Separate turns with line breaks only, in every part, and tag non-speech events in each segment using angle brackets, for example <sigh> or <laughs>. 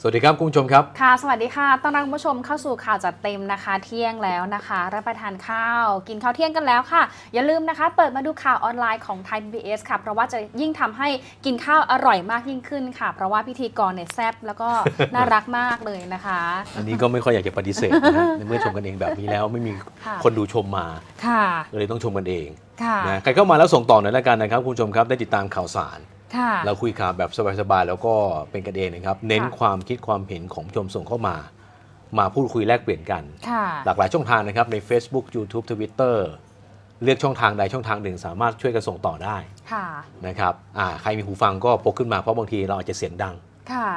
สวัสดีครับคุณผู้ชมครับ
ค่ะ สวัสดีค่ะ ต้อนรับคุณผู้ชมเข้าสู่ข่าวจัดเต็มนะคะ เที่ยงแล้วนะคะ รับประทานข้าว กินข้าวเที่ยงกันแล้วค่ะ อย่าลืมนะคะ เปิดมาดูข่าวออนไลน์ของไทย PBS ค่ะ เพราะว่าจะยิ่งทำให้กินข้าวอร่อยมากยิ่งขึ้นค่ะ เพราะว่าพิธีกรเนี่ยแซ่บ
<laughs>
แล้วก็ น่ารักมากเลยนะคะ
<laughs> อันนี้ก็ไม่ค่อยอยากจะปฏิเสธนะ <laughs> ในเมื่อชมกันเองแบบนี้แล้วไม่มี
ค่ะ
คนดูชมมา
ค่ะ
เลยต้องชมกันเอง
ค่ะ
นะใครเข้ามาแล้วส่งต่อหน่อยละกันนะครับคุณผู้ชมครับได้ติดตามข่าวสาร
ค่ะ
เราคุยข่าวแบบสบายๆแล้วก็เป็นกันเองนะครับ เน้น
ค่ะ
ความคิดความเห็นของผู้ชมส่งเข้ามา มาพูดคุยแลกเปลี่ยนกัน
ค่ะ
หลากหลายช่องทางนะครับใน Facebook YouTube Twitter เลือกช่องทางใดช่องทางหนึ่ง สามารถช่วยกันส่งต่อได้
ค่ะ
นะครับอ่าใครมีหูฟังก็พกขึ้นมาเพราะบางทีเราอาจจะเสียงดัง
ค่ะ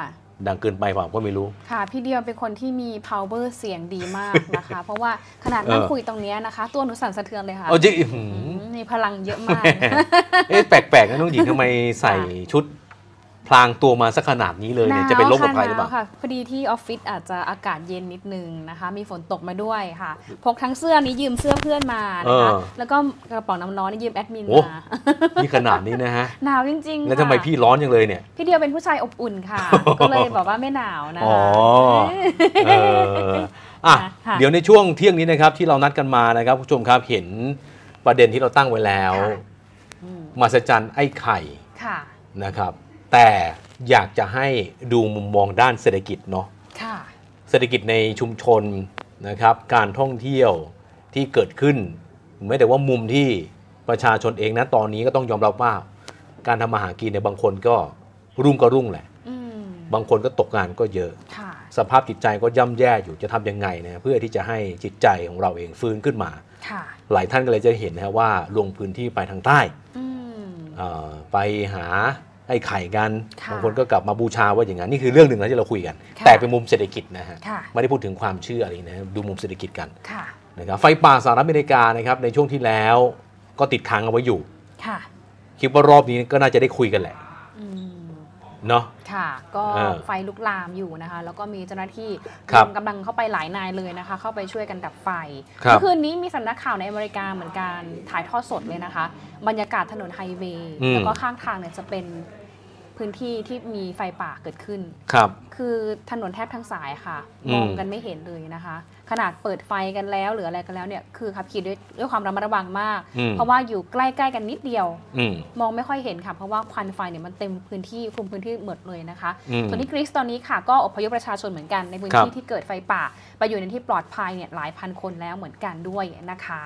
ดังเกินไปเปล่าก็ไม่รู้
ค่ะ พี่เดียวเป็นคนที่มี power เสียงดีมากนะคะ เพราะว่าขนาดนั่ง
เออ
คุยตรงเนี้ยนะคะ ตัวหนูสั่นสะเทือนเลยค่ะ
เอาจริงอื้อหื
อื
อ
มมีพลังเยอะมาก
เอ๊ะแป <laughs> ลกๆนะน้องหญิงทำไมใส่ชุด พลางตัวมาสักขนาดนี้เลยเนี่ยจะเป็นลบกับใครหรือเปล่า
นาวค่ะนวค่ะพอดีที่ออฟฟิศอาจจะอากาศเย็นนิดนึงนะคะ มีฝนตกมาด้วยค่ะ พกทั้งเสื้อนี้ยืมเสื้อเพื่อนมานะคะ
เออ
แล้วก็กระเป๋าน้ำร้อนนี่ยืมแอดมิน
โอ้
มา
นี่ขนาดนี้นะ <laughs> ฮะ
หนาวจริงๆ
แล้ว
ค่ะ
ทำไมพี่ร้อนจังเลยเนี่ย
พี่เดียวเป็นผู้ชายอบอุ่นค่ะ ก็เลยบอกว่าไม่หนาวนะ
อ๋อ
คะ
เอออ่ะ
ค่ะ
เดี๋ยวในช่วงเที่ยงนี้นะครับ ที่เรานัดกันมานะครับคุณผู้ชมครับเห็นประเด็นที่เราตั้งไว้แล้ว
ม
มาสจันไอ้ไข่
ค่ะ
นะครับ แต่อยากจะให้ดูมุมมองด้านเศรษฐกิจเนาะ
ค่ะ
เศรษฐกิจในชุมชนนะครับ การท่องเที่ยวที่เกิดขึ้น ไม่แต่ว่ามุมที่ประชาชนเองนะตอนนี้ก็ต้องยอมรับว่า การทำมาหากินเนี่ยบางคนก็รุ่งก็รุ่งแหละ
อืม
บางคนก็ตกงานก็เยอะ
ค่ะ
สภาพจิตใจก็ย่ำแย่อยู่จะทำยังไงนะเพื่อที่จะให้จิตใจของเราเองฟื้นขึ้นมา
ค่ะ
หลายท่านก็เลยจะเห็นนะว่าลงพื้นที่ไปทางใต้
อืม
เอ่อไปหาไอ้ไข่กัน
ค่ะ
บางคนก็กลับมาบูชาว่าอย่างนั้นนี่คือเรื่องหนึ่งนะที่เราคุยกัน แต่เป็นมุมเศรษฐกิจนะฮะ
ค่ะ
ไม่ได้พูดถึงความเชื่ออะไรนะดูมุมเศรษฐกิจกัน
ค่ะ
นะครับไฟป่าสหรัฐอเมริกานะครับในช่วงที่แล้วก็ติดค้างเอาไว้อยู่
ค่ะ
คิดว่ารอบนี้ก็น่าจะได้คุยกันแหละ
อืม
เนาะ
ค่ะ ก็
เออ
ไฟลุกลามอยู่นะคะ แล้วก็มีเจ้าหน้าที่
ครับ
นำกำลังเข้าไปหลายนายเลยนะคะ เข้าไปช่วยกันดับไฟ
ครับ
เมื่อคืนนี้มีสำนักข่าวในอเมริกาเหมือนกันถ่ายทอดสดเลยนะคะ บรรยากาศถนนไฮเวย์
อืม
แล้วก็ข้างทางเนี่ยจะเป็นพื้นที่ที่มีไฟป่าเกิดขึ้น
ครับ
คือถนนแทบทั้งสายค่ะ
อืม
มองกันไม่เห็นเลยนะคะ ขนาดเปิดไฟกันแล้วหรืออะไรกันแล้วเนี่ยคือขับขี่ด้วยด้วยความระมัดระวังมาก
อืม
เพราะว่าอยู่ใกล้ๆกันนิดเดียว
อืม
มองไม่ค่อยเห็นค่ะ เพราะว่าควันไฟเนี่ยมันเต็มพื้นที่คลุมพื้นที่หมดเลยนะคะ
อืม
ส่วนที่กรีซตอนนี้ค่ะก็อพยพประชาชนเหมือนกันในพื้น
ครับ
ที่ที่เกิดไฟป่า ไปอยู่ในที่ปลอดภัยเนี่ยหลายพันคนแล้วเหมือนกันด้วยนะคะ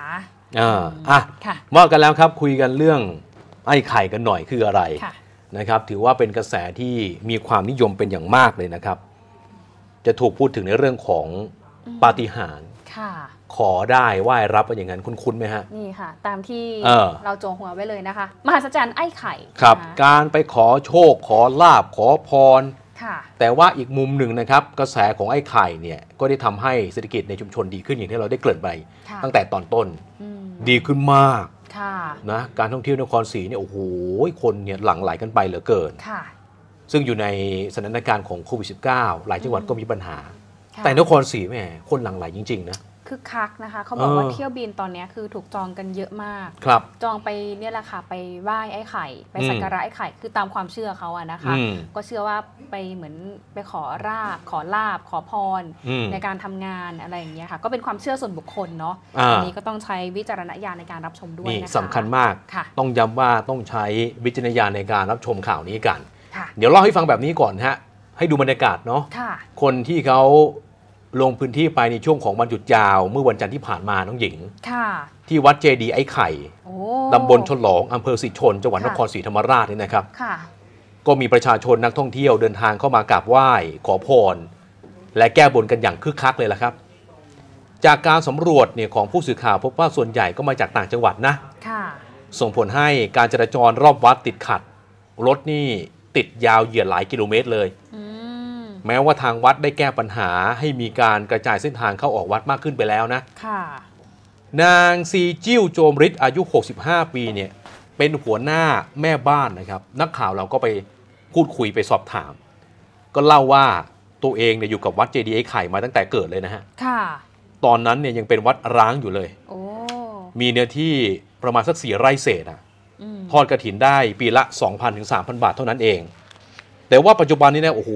อ่าอ่ะ
ค่ะ
ว่ากันแล้วครับคุยกันเรื่องไอ้ไข่กันหน่อยคืออะไร
ค่ะ
นะครับ ถือว่าเป็นกระแสที่มีความนิยมเป็นอย่างมากเลยนะครับ จะถูกพูดถึงในเรื่องของ
อืม
ปาฏิหาริย์
ค่ะ
ขอได้ไหว้รับว่าอย่างนั้นคุ้นๆไหมฮะ
นี่ค่ะ ตามที่
เออ
เราโจงหัวไว้เลยนะคะ มหัศจรรย์ไอ้ไข่
ครับ
นะะ
การไปขอโชคขอลาบขอพร
ค่ะ
แต่ว่าอีกมุมหนึ่งนะครับ กระแสของไอ้ไข่เนี่ยก็ได้ทำให้เศรษฐกิจในชุมชนดีขึ้นอย่างที่เราได้เกริ่นไป
ค่ะ
ตั้งแต่ตอนต้น
อืม
ดีขึ้นมาก
ค่ะ
นะการท่องเที่ยวนครศรีเนี่ยโอ้โหคนเนี่ยหลั่งไหลกันไปเหลือเกิน
ค่ะ
ซึ่งอยู่ในสถานการณ์ของโควิด -19 หลายจังหวัดก็มีปัญหา
ค่ะ
แต่นครศรีแหมคนหลั่งไหลจริง ๆ นะ
คึกคักนะคะ เขาบอกว่า
เออ
เที่ยวบินตอนเนี้ยคือถูกจองกันเยอะมาก
ครับ
จองไปเนี่ยแหละค่ะไปไหว้ไอ้ไข่ ไป
อืม
สักการะไอ้ไข่คือตามความเชื่อเขาอะนะคะ
อืม
ก็เชื่อว่าไปเหมือนไปขอราบขอลาบ ขอพร
อืม
ในการทำงานอะไรอย่างเงี้ยค่ะ ก็เป็นความเชื่อส่วนบุคคลเนาะ
อ่า
อันนี้ก็ต้องใช้วิจารณญาณในการรับชมด้วย
นี่
นะคะ
สำคัญมาก
ค่ะ
ต้องย้ำว่าต้องใช้วิจารณญาณในการรับชมข่าวนี้กัน
ค่ะ
เดี๋ยวเล่าให้ฟังแบบนี้ก่อนฮะ ให้ดูบรรยากาศเนาะ
ค่ะ
คนที่เขาลงพื้นที่ไปในช่วงของวันหยุดยาว เมื่อวันจันทร์ที่ผ่านมาน้องหญิง
ค่ะ
ที่วัดเจดีย์ไอ้ไข่
โอ้
ตำบลฉลองอำเภอสิชนจังหวัดนครศรีธรรมราชเนี่ยนะครับ
ค่ะ
ก็มีประชาชนนักท่องเที่ยวเดินทางเข้ามากราบไหว้ ขอพร และแก้บนกันอย่างคึกคักเลยล่ะครับ จากการสำรวจเนี่ยของผู้สื่อข่าวพบว่าส่วนใหญ่ก็มาจากต่างจังหวัดนะ
ค่ะ
ส่งผลให้การจราจรรอบวัดติดขัด รถนี่ติดยาวเหยียดหลายกิโลเมตรเลย
อืม
แม้ว่าทางวัดได้แก้ปัญหาให้มีการกระจายเส้นทางเข้าออกวัดมากขึ้นไปแล้วนะ
ค่ะ
นางซีจิ้วโจมฤทธิ์อายุ 65 ปีเนี่ยเป็นหัวหน้าแม่บ้านนะครับ นักข่าวเราก็ไปพูดคุยไปสอบถาม ก็เล่าว่าตัวเองเนี่ยอยู่กับวัดเจดีย์ไอ้ไข่มาตั้งแต่เกิดเลยนะฮะ
ค่ะ
ตอนนั้นเนี่ยยังเป็นวัดร้างอยู่เลย
โอ้
มีเนื้อที่ประมาณสักสี่ไร่เศษอะ
อืม
ทอดกระถินได้ปีละ 2,000ถึง3,000 บาทเท่านั้นเอง แต่ว่าปัจจุบันนี้เนะโอ้โห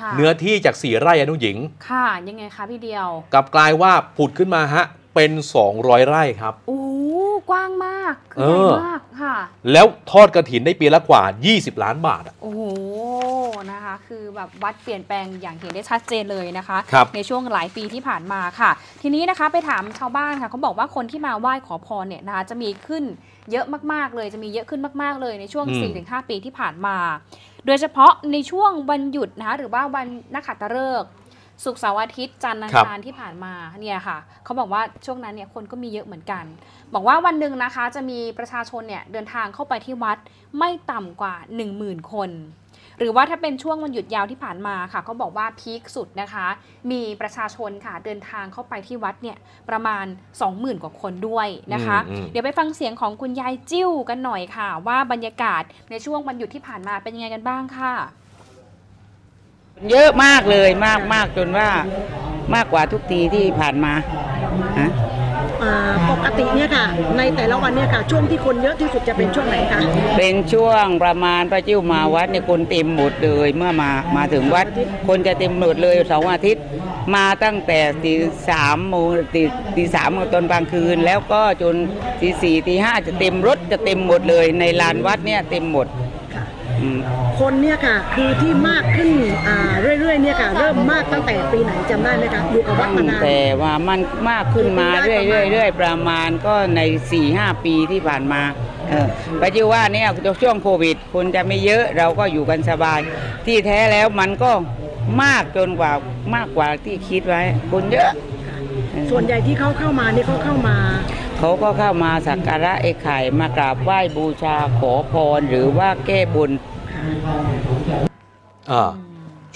ค่ะ
เนื้อที่จาก 4 ไร่อนุหญิง
ค่ะ ยังไงคะพี่เดียว
กลับกลายว่าผุดขึ้นมาฮะเป็น 200 ไร่ครับ
โอ้ กว้างมากคือ
เอ
ใหญ่
อ
มากค่ะ
แล้วทอดกระถินได้ปีละกว่า 20 ล้านบาทอะ
โอ้โห นะคะ คือแบบวัดเปลี่ยนแปลงอย่างเห็นได้ชัดเจนเลยนะคะ
ครับ
ในช่วงหลายปีที่ผ่านมาค่ะ ทีนี้นะคะไปถามชาวบ้านค่ะเขาบอกว่าคนที่มาไหว้ขอพรเนี่ยนะคะจะมีขึ้นเยอะมากๆเลย จะมีเยอะขึ้นมากๆเลยในช่วง
อืม
4-5 ปีที่ผ่านมา โดยเฉพาะในช่วงวันหยุดนะคะหรือว่าวันนักขัตฤกษ์ศุกร์เสาร์อาทิตย์จันทร์อังคารที่ผ่านมาเนี่ยค่ะเขาบอกว่าช่วงนั้นเนี่ยคนก็มีเยอะเหมือนกัน บอกว่าวันหนึ่งนะคะจะมีประชาชนเนี่ยเดินทางเข้าไปที่วัดไม่ต่ำกว่า 10,000 คน หรือว่าถ้าเป็นช่วงวันหยุดยาวที่ผ่านมาค่ะเขาบอกว่าพีคสุดนะคะ มีประชาชนค่ะเดินทางเข้าไปที่วัดเนี่ยประมาณ 20,000 กว่าคนด้วยนะคะ
อืมอืม
เดี๋ยวไปฟังเสียงของคุณยายจิ้วกันหน่อยค่ะ ว่าบรรยากาศในช่วงวันหยุดที่ผ่านมาเป็นยังไงกันบ้างค่ะ
เยอะมากเลยมากมากจนว่ามากกว่าทุกทีที่ผ่านมาฮะ
อ่าปกติเนี่ยค่ะ ในแต่ละวันเนี่ยค่ะ ช่วงที่คนเยอะที่สุดจะเป็นช่วงไหนคะ
เป็นช่วงประมาณพระจิ้วมาวัดเนี่ยคนเต็มหมดเลยเมื่อมามาถึงวัด คนจะเต็มหมดเลยเสองอาทิตย์ มาตั้งแต่ตีสามโมงตีตีสามตอนกลางคืน แล้วก็จนตีสี่ตีห้าจะเต็มรถจะเต็มหมดเลย ในลานวัดเนี่ยเต็มหมดอืม
คนเนี่ยค่ะ คือที่มากขึ้นอ่าเรื่อยๆเนี่ยค่ะ เริ่มมากตั้งแต่ปีไหนจำได้ไหมคะอยู่กับวัดมา
ตั้ง
นาน
แต่ว่ามันมากขึ้นมา
ได้
เรื่อย
ประมาณ
เรื่อยเรื่อยประมาณก็ใน4ี่หปีที่ผ่านมาเออปัจจุบันเนี่ยช่วงโควิด คนจะไม่เยอะเราก็อยู่กันสบาย ที่แท้แล้วมันก็มากจนกว่ามากกว่าที่คิดไว้ คนเยอะเออ
ส่วนใหญ่ที่เขาเข้ามานี่เขาเข้ามา
เขาก็เข้ามาสักการะไอ้ไข่มากราบไหว้บูชาขอพรหรือว่าแก้บน
อ่า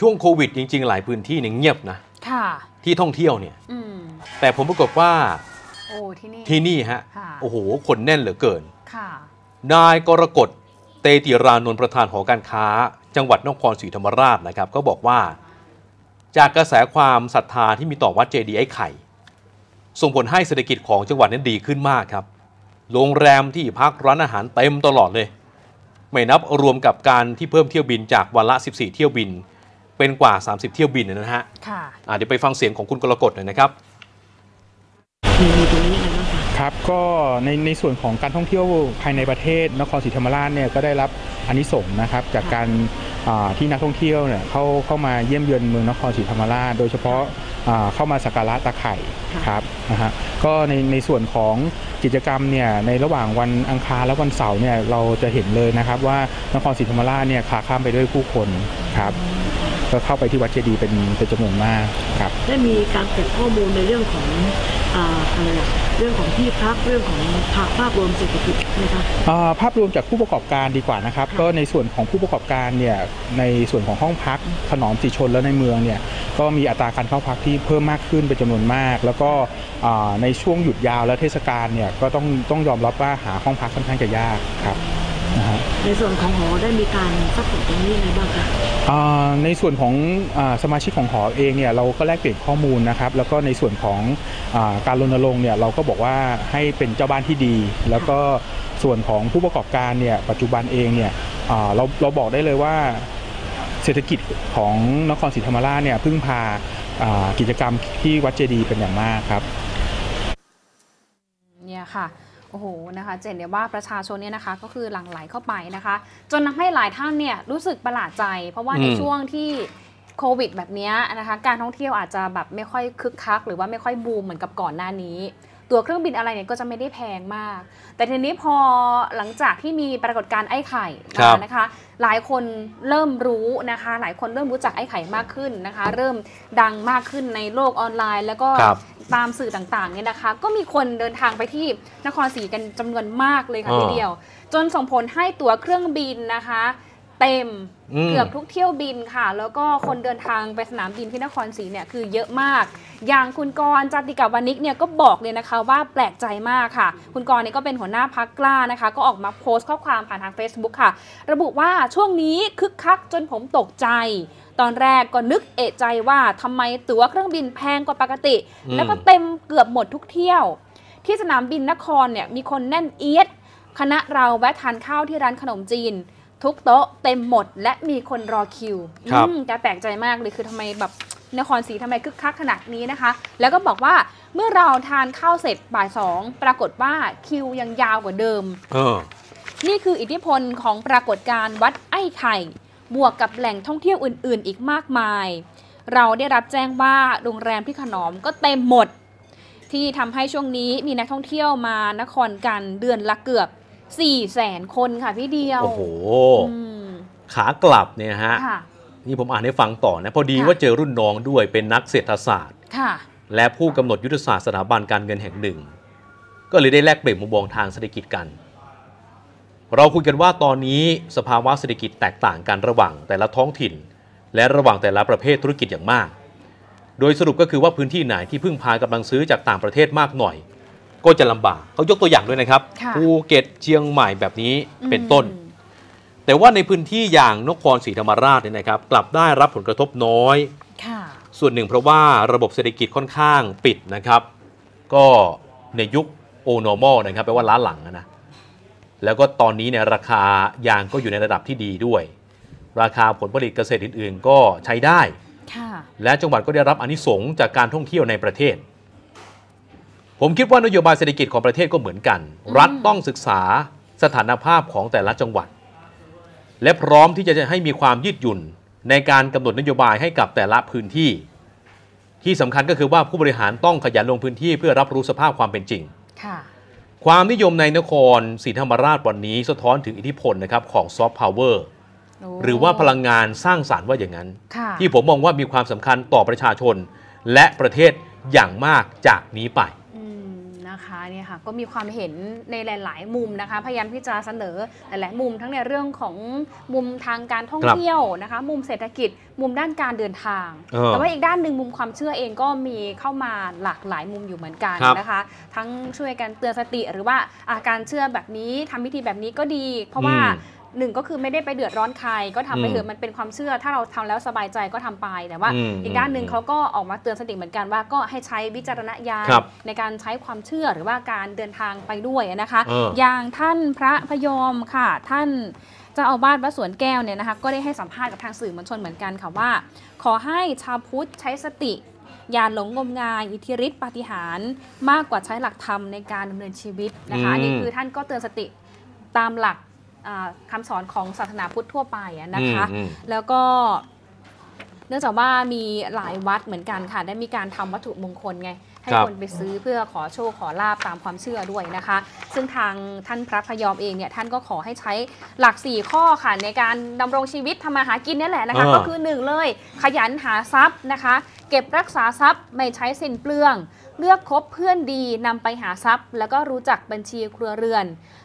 ช่วงโควิดจริง ๆ หลายพื้นที่เนี่ยเงียบนะ
ค่ะ
ที่ท่องเที่ยวเนี่ย
อืม
แต่ผมปรากฏว่า
โอ้ที่นี่
ที่นี่ฮะ
ค่ะ
โอ้โห คนแน่นเหลือเกิน
ค่ะ
นายกรกฎเตติรานนท์ประธานหอการค้า จังหวัดนครศรีธรรมราชนะครับ ก็บอกว่า จากกระแสความศรัทธาที่มีต่อวัดเจดีย์ไอ้ไข่ ส่งผลให้เศรษฐกิจของจังหวัดนั้นดีขึ้นมากครับ โรงแรมที่พักร้านอาหารเต็มตลอดเลย ไม่นับรวมกับการที่เพิ่มเที่ยวบินจากวันละ 14 เที่ยวบิน เป็นกว่า 30 เที่ยวบินนะฮะ
ค่ะ
อ่ะเดี๋ยวไปฟังเสียงของคุณกรกฎหน่อยนะครับ
ครับก็ในในส่วนของการท่องเที่ยวภายในประเทศนครศรีธรรมราชเนี่ยก็ได้รับอานิสงส์นะครับจากการอ่าที่นักท่องเที่ยวเนี่ยเข้าเข้ามาเยี่ยมเยือนเมืองนครศรีธรรมราช โดยเฉพาะอ่าเข้ามาสักการะตาไข่ครับนะฮะก็ในในส่วนของกิจกรรมเนี่ยในระหว่างวันอังคารและวันเสาร์เนี่ยเราจะเห็นเลยนะครับว่านครศรีธรรมราชเนี่ยขาข้ามไปด้วยผู้คนครับก็เข้าไปที่วัดเจดีย์เป็นเป็นจำนวนมากครับ
ได้มีการเก็บข้อมูลในเรื่องของอาอะไรอะเรื่องของที่พักเรื่องของภาพภาพรวมเศรษฐกิจนะคะ
อ่าภาพรวมจากผู้ประกอบการดีกว่านะครับ
ค่ะ
ก็ในส่วนของผู้ประกอบการเนี่ยในส่วนของห้องพักถนอมสิชนและในเมืองเนี่ยก็มีอัตราการเข้าพักที่เพิ่มมากขึ้นเป็นจำนวนมาก แล้วก็อ่าในช่วงหยุดยาวและเทศกาลเนี่ยก็ต้องต้องยอมรับว่าหาห้องพักค่อนข้างจะยากครับนะฮะ
ในส่วนของหอได้มีการสักส่วนตรงนี้ยังไงบ้างคะ
อ่าในส่วนของอาสมาชิกของหอเองเนี่ยเราก็แลกเปลี่ยนข้อมูลนะครับ แล้วก็ในส่วนของอาการรณรงค์เนี่ยเราก็บอกว่าให้เป็นเจ้าบ้านที่ดี แล้วก็ส่วนของผู้ประกอบการเนี่ยปัจจุบันเองเนี่ยอ่าเราเราบอกได้เลยว่า เศรษฐกิจของนครศรีธรรมราชเนี่ยพึ่งพาอ่ากิจกรรมที่วัดเจดีย์เป็นอย่างมากครับ
เนี่ยค่ะ โอ้โห นะคะ เจนเดียว่าประชาชนเนี่ยนะคะ ก็คือหลั่งไหลเข้าไปนะคะ จนทำให้หลายท่านเนี่ยรู้สึกประหลาดใจ เพราะว่า
อืม
ในช่วงที่โควิดแบบเนี้ยนะคะ การท่องเที่ยวอาจจะแบบไม่ค่อยคึกคัก หรือว่าไม่ค่อยบูมเหมือนกับก่อนหน้านี้ ตัวเครื่องบินอะไรเนี่ยก็จะไม่ได้แพงมาก แต่ทีนี้พอหลังจากที่มีปรากฏการณ์ไอ้ไข่มานะคะ หลายคนเริ่มรู้นะคะ หลายคนเริ่มรู้จักไอ้ไข่มากขึ้นนะคะ เริ่มดังมากขึ้นในโลกออนไลน์ แล้วก็
ครับ
ตามสื่อต่างๆเนี่ยนะคะ ก็มีคนเดินทางไปที่นครศรีกันจำนวนมากเลยค่ะ
อ่า
ทีเดียว จนส่งผลให้ตั๋วเครื่องบินนะคะ เต็ม
อืม
เกือบทุกเที่ยวบินค่ะ แล้วก็คนเดินทางไปสนามบินที่นครศรีเนี่ยคือเยอะมาก อย่างคุณกรณ์จาติกาวานิกเนี่ยก็บอกเลยนะคะว่าแปลกใจมากค่ะ คุณกรณ์เนี่ยก็เป็นหัวหน้าพักกล้านะคะ ก็ออกมาโพสต์ข้อความผ่านทาง Facebook ค่ะ ระบุว่าช่วงนี้คึกคักจนผมตกใจ ตอนแรกก็นึกเอะใจว่าทำไมตั๋วเครื่องบินแพงกว่าปกติ
อืม
แล้วก็เต็มเกือบหมดทุกเที่ยว ที่สนามบินนครเนี่ยมีคนแน่นเอียด คณะเราแวะทานข้าวที่ร้านขนมจีน ทุกโต๊ะเต็มหมด และมีคนรอคิว
ครับ
อืมแต่แปลกใจมากเลยคือทำไมแบบนครศรีทำไมคึกคักขนาดนี้นะคะ แล้วก็บอกว่าเมื่อเราทานข้าวเสร็จบ่ายสองปรากฏว่าคิวยังยาวกว่าเดิม
เออ
นี่คืออิทธิพลของปรากฏการณ์วัดไอ้ไข่ บวกกับแหล่งท่องเที่ยวอื่น ๆ อีกมากมาย เราได้รับแจ้งว่าโรงแรมที่ขนอมก็เต็มหมด ที่ทำให้ช่วงนี้มีนักท่องเที่ยวมานครกันเดือนละเกือบ4ี่แสนคนค่ะพี่เดียว
โอ้โห
อืม
ขากลับเนี่ยฮะ
ค่ะ
นี่ผมอ่านให้ฟังต่อนะ พอดี
ค่ะ
ว่าเจอรุ่นน้องด้วยเป็นนักเศรษฐศาสตร์
ค่ะ
และผู้กำหนดยุทธศาสตร์สถาบันการเงินแห่งหนึ่ง ก็เลยได้แลกเปลี่ยนมุมมองทางเศรษฐกิจกัน เราคุยกันว่าตอนนี้สภาวะเศรษฐกิจแตกต่างกันระหว่างแต่ละท้องถิ่น และระหว่างแต่ละประเภทธุรกิจอย่างมาก โดยสรุปก็คือว่าพื้นที่ไหนที่พึ่งพากำลังซื้อจากต่างประเทศมากหน่อย ก็จะลำบากเขายกตัวอย่างด้วยนะครับ
ค่ะ
ภูเก็ตเชียงใหม่แบบนี้เป็นต้น
อืม
แต่ว่าในพื้นที่อย่างนครศรีธรรมราชเนี่ยนะครับ กลับได้รับผลกระทบน้อย
ค่ะ
ส่วนหนึ่งเพราะว่าระบบเศรษฐกิจค่อนข้างปิดนะครับ ก็ในยุคโอนอมอลนะครับแปลว่าล้าหลังอะนะแล้วก็ตอนนี้เนี่ยราคายางก็อยู่ในระดับที่ดีด้วย ราคาผลผลิตเกษตรอื่น ๆ ก็ใช้ได้
ค่ะ
และจังหวัดก็ได้รับอานิสงส์จากการท่องเที่ยวในประเทศ ผมคิดว่านโยบายเศรษฐกิจของประเทศก็เหมือนกัน
อืม
รัฐต้องศึกษาสถานภาพของแต่ละจังหวัด และพร้อมที่จะให้มีความยืดหยุ่นในการกำหนดนโยบายให้กับแต่ละพื้นที่ ที่สำคัญก็คือว่าผู้บริหารต้องขยันลงพื้นที่เพื่อรับรู้สภาพความเป็นจริง
ค่ะ
ความนิยมในนครศรีธรรมราชวันนี้สะท้อนถึงอิทธิพลนะครับของซอฟต์พาวเวอร์หรือว่าพลังงานสร้างสารรค์ว่าอย่างนั้น
ค่ะ
ที่ผมมองว่ามีความสำคัญต่อประชาชน และประเทศอย่างมากจากนี้ไป
อืมนะคะเนี่ยค่ะก็มีความเห็นในหลาย ๆ มุมนะคะ พยายามที่จะเสนอหลายๆมุมทั้งในเรื่องของมุมทางการท่อง
ครับ
เที่ยวนะคะ มุมเศรษฐกิจ มุมด้านการเดินทาง
เออ
แต่ว่าอีกด้านหนึ่งมุมความเชื่อเองก็มีเข้ามาหลากหลายมุมอยู่เหมือนกัน
ครับ
นะคะ ทั้งช่วยกันเตือนสติหรือว่าอาการเชื่อแบบนี้ทำพิธีแบบนี้ก็ดี เพราะว่า
อืม
หนึ่งก็คือไม่ได้ไปเดือดร้อนใครก็ทำไป
อืม
เถอะมันเป็นความเชื่อ ถ้าเราทำแล้วสบายใจก็ทำไปแต่ว่า
อืม
อีกด้านหนึ่งเขาก็ออกมาเตือนสติเหมือนกันว่าก็ให้ใช้วิจารณญาณ
ครับ
ในการใช้ความเชื่อหรือว่าการเดินทางไปด้วยนะคะ
เออ
อ
อย่าง
ท่านพระพยอมค่ะ ท่านเจ้าอาวาสวัดสวนแก้วเนี่ยนะคะ ก็ได้ให้สัมภาษณ์กับทางสื่อมวลชนเหมือนกันค่ะว่า ขอให้ชาวพุทธใช้สติ อย่าหลงงมงายอิทธิฤทธิปาฏิหาริย์มากกว่าใช้หลักธรรมในการดำเนินชีวิตนะคะ
อืม
อันนี้คือท่านก็เตือนสติตามหลักอ่าคำาสอนของศาสนาพุทธทั่วไปอะนะคะ
อืม
แล้วก็เนื่องจากว่ามีหลายวัดเหมือนกันค่ะ ได้มีการทำวัตถุมงคลไง ให้
ครับ
คนไปซื้อเพื่อขอโชคขอลาบตามความเชื่อด้วยนะคะ ซึ่งทางท่านพระพยอมเองเนี่ยท่านก็ขอให้ใช้หลัก 4 ข้อค่ะ ในการดำรงชีวิตทำมาหากินนี่แหละนะคะ ก็คือ 1 เลย ขยันหาทรัพย์นะคะ เก็บรักษาทรัพย์ไม่ใช้สินเปลือง เลือกคบเพื่อนดีนำไปหาทรัพย์ แล้วก็รู้จักบัญชีครัวเรือน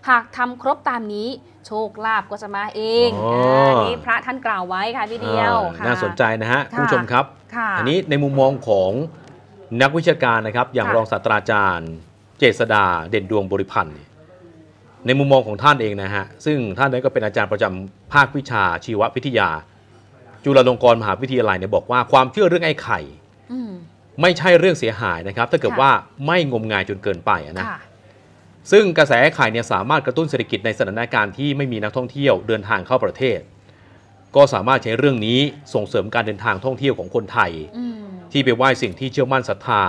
หากทำครบตามนี้โชคลาภก็จะมาเอง
อ๋ออ่
านี่พระท่านกล่าวไว้ค่ะพี่เดียว
อ่า
ค่ะ
น่าสนใจนะฮะ
ค่ะ
คุณผู้ชมครับ
ค่ะ
อันนี้ในมุมมองของนักวิชาการนะครับ อย่าง
ค่ะ
รองศาสตราจารย์ เจษดาเด่นดวงบริพันธ์เนี่ยในมุมมองของท่านเองนะฮะ ซึ่งท่านนั้นก็เป็นอาจารย์ประจำภาควิชาชีววิทยา จุฬาลงกรณ์มหาวิทยาลัยเนี่ยบอกว่าความเชื่อเรื่องไอ้ไข่
อืม
ไม่ใช่เรื่องเสียหายนะครับ ถ้าเกิด
ค่ะ
ว่าไม่งมงายจนเกินไปอะนะ
ค่ะ
ซึ่งกระแสไอ้ไข่เนี่ยสามารถกระตุ้นเศรษฐกิจในสถานการณ์ที่ไม่มีนักท่องเที่ยวเดินทางเข้าประเทศ ก็สามารถใช้เรื่องนี้ส่งเสริมการเดินทางท่องเที่ยวของคนไทย
อืม
ที่ไปไหว้สิ่งที่เชื่อมั่นศรัทธา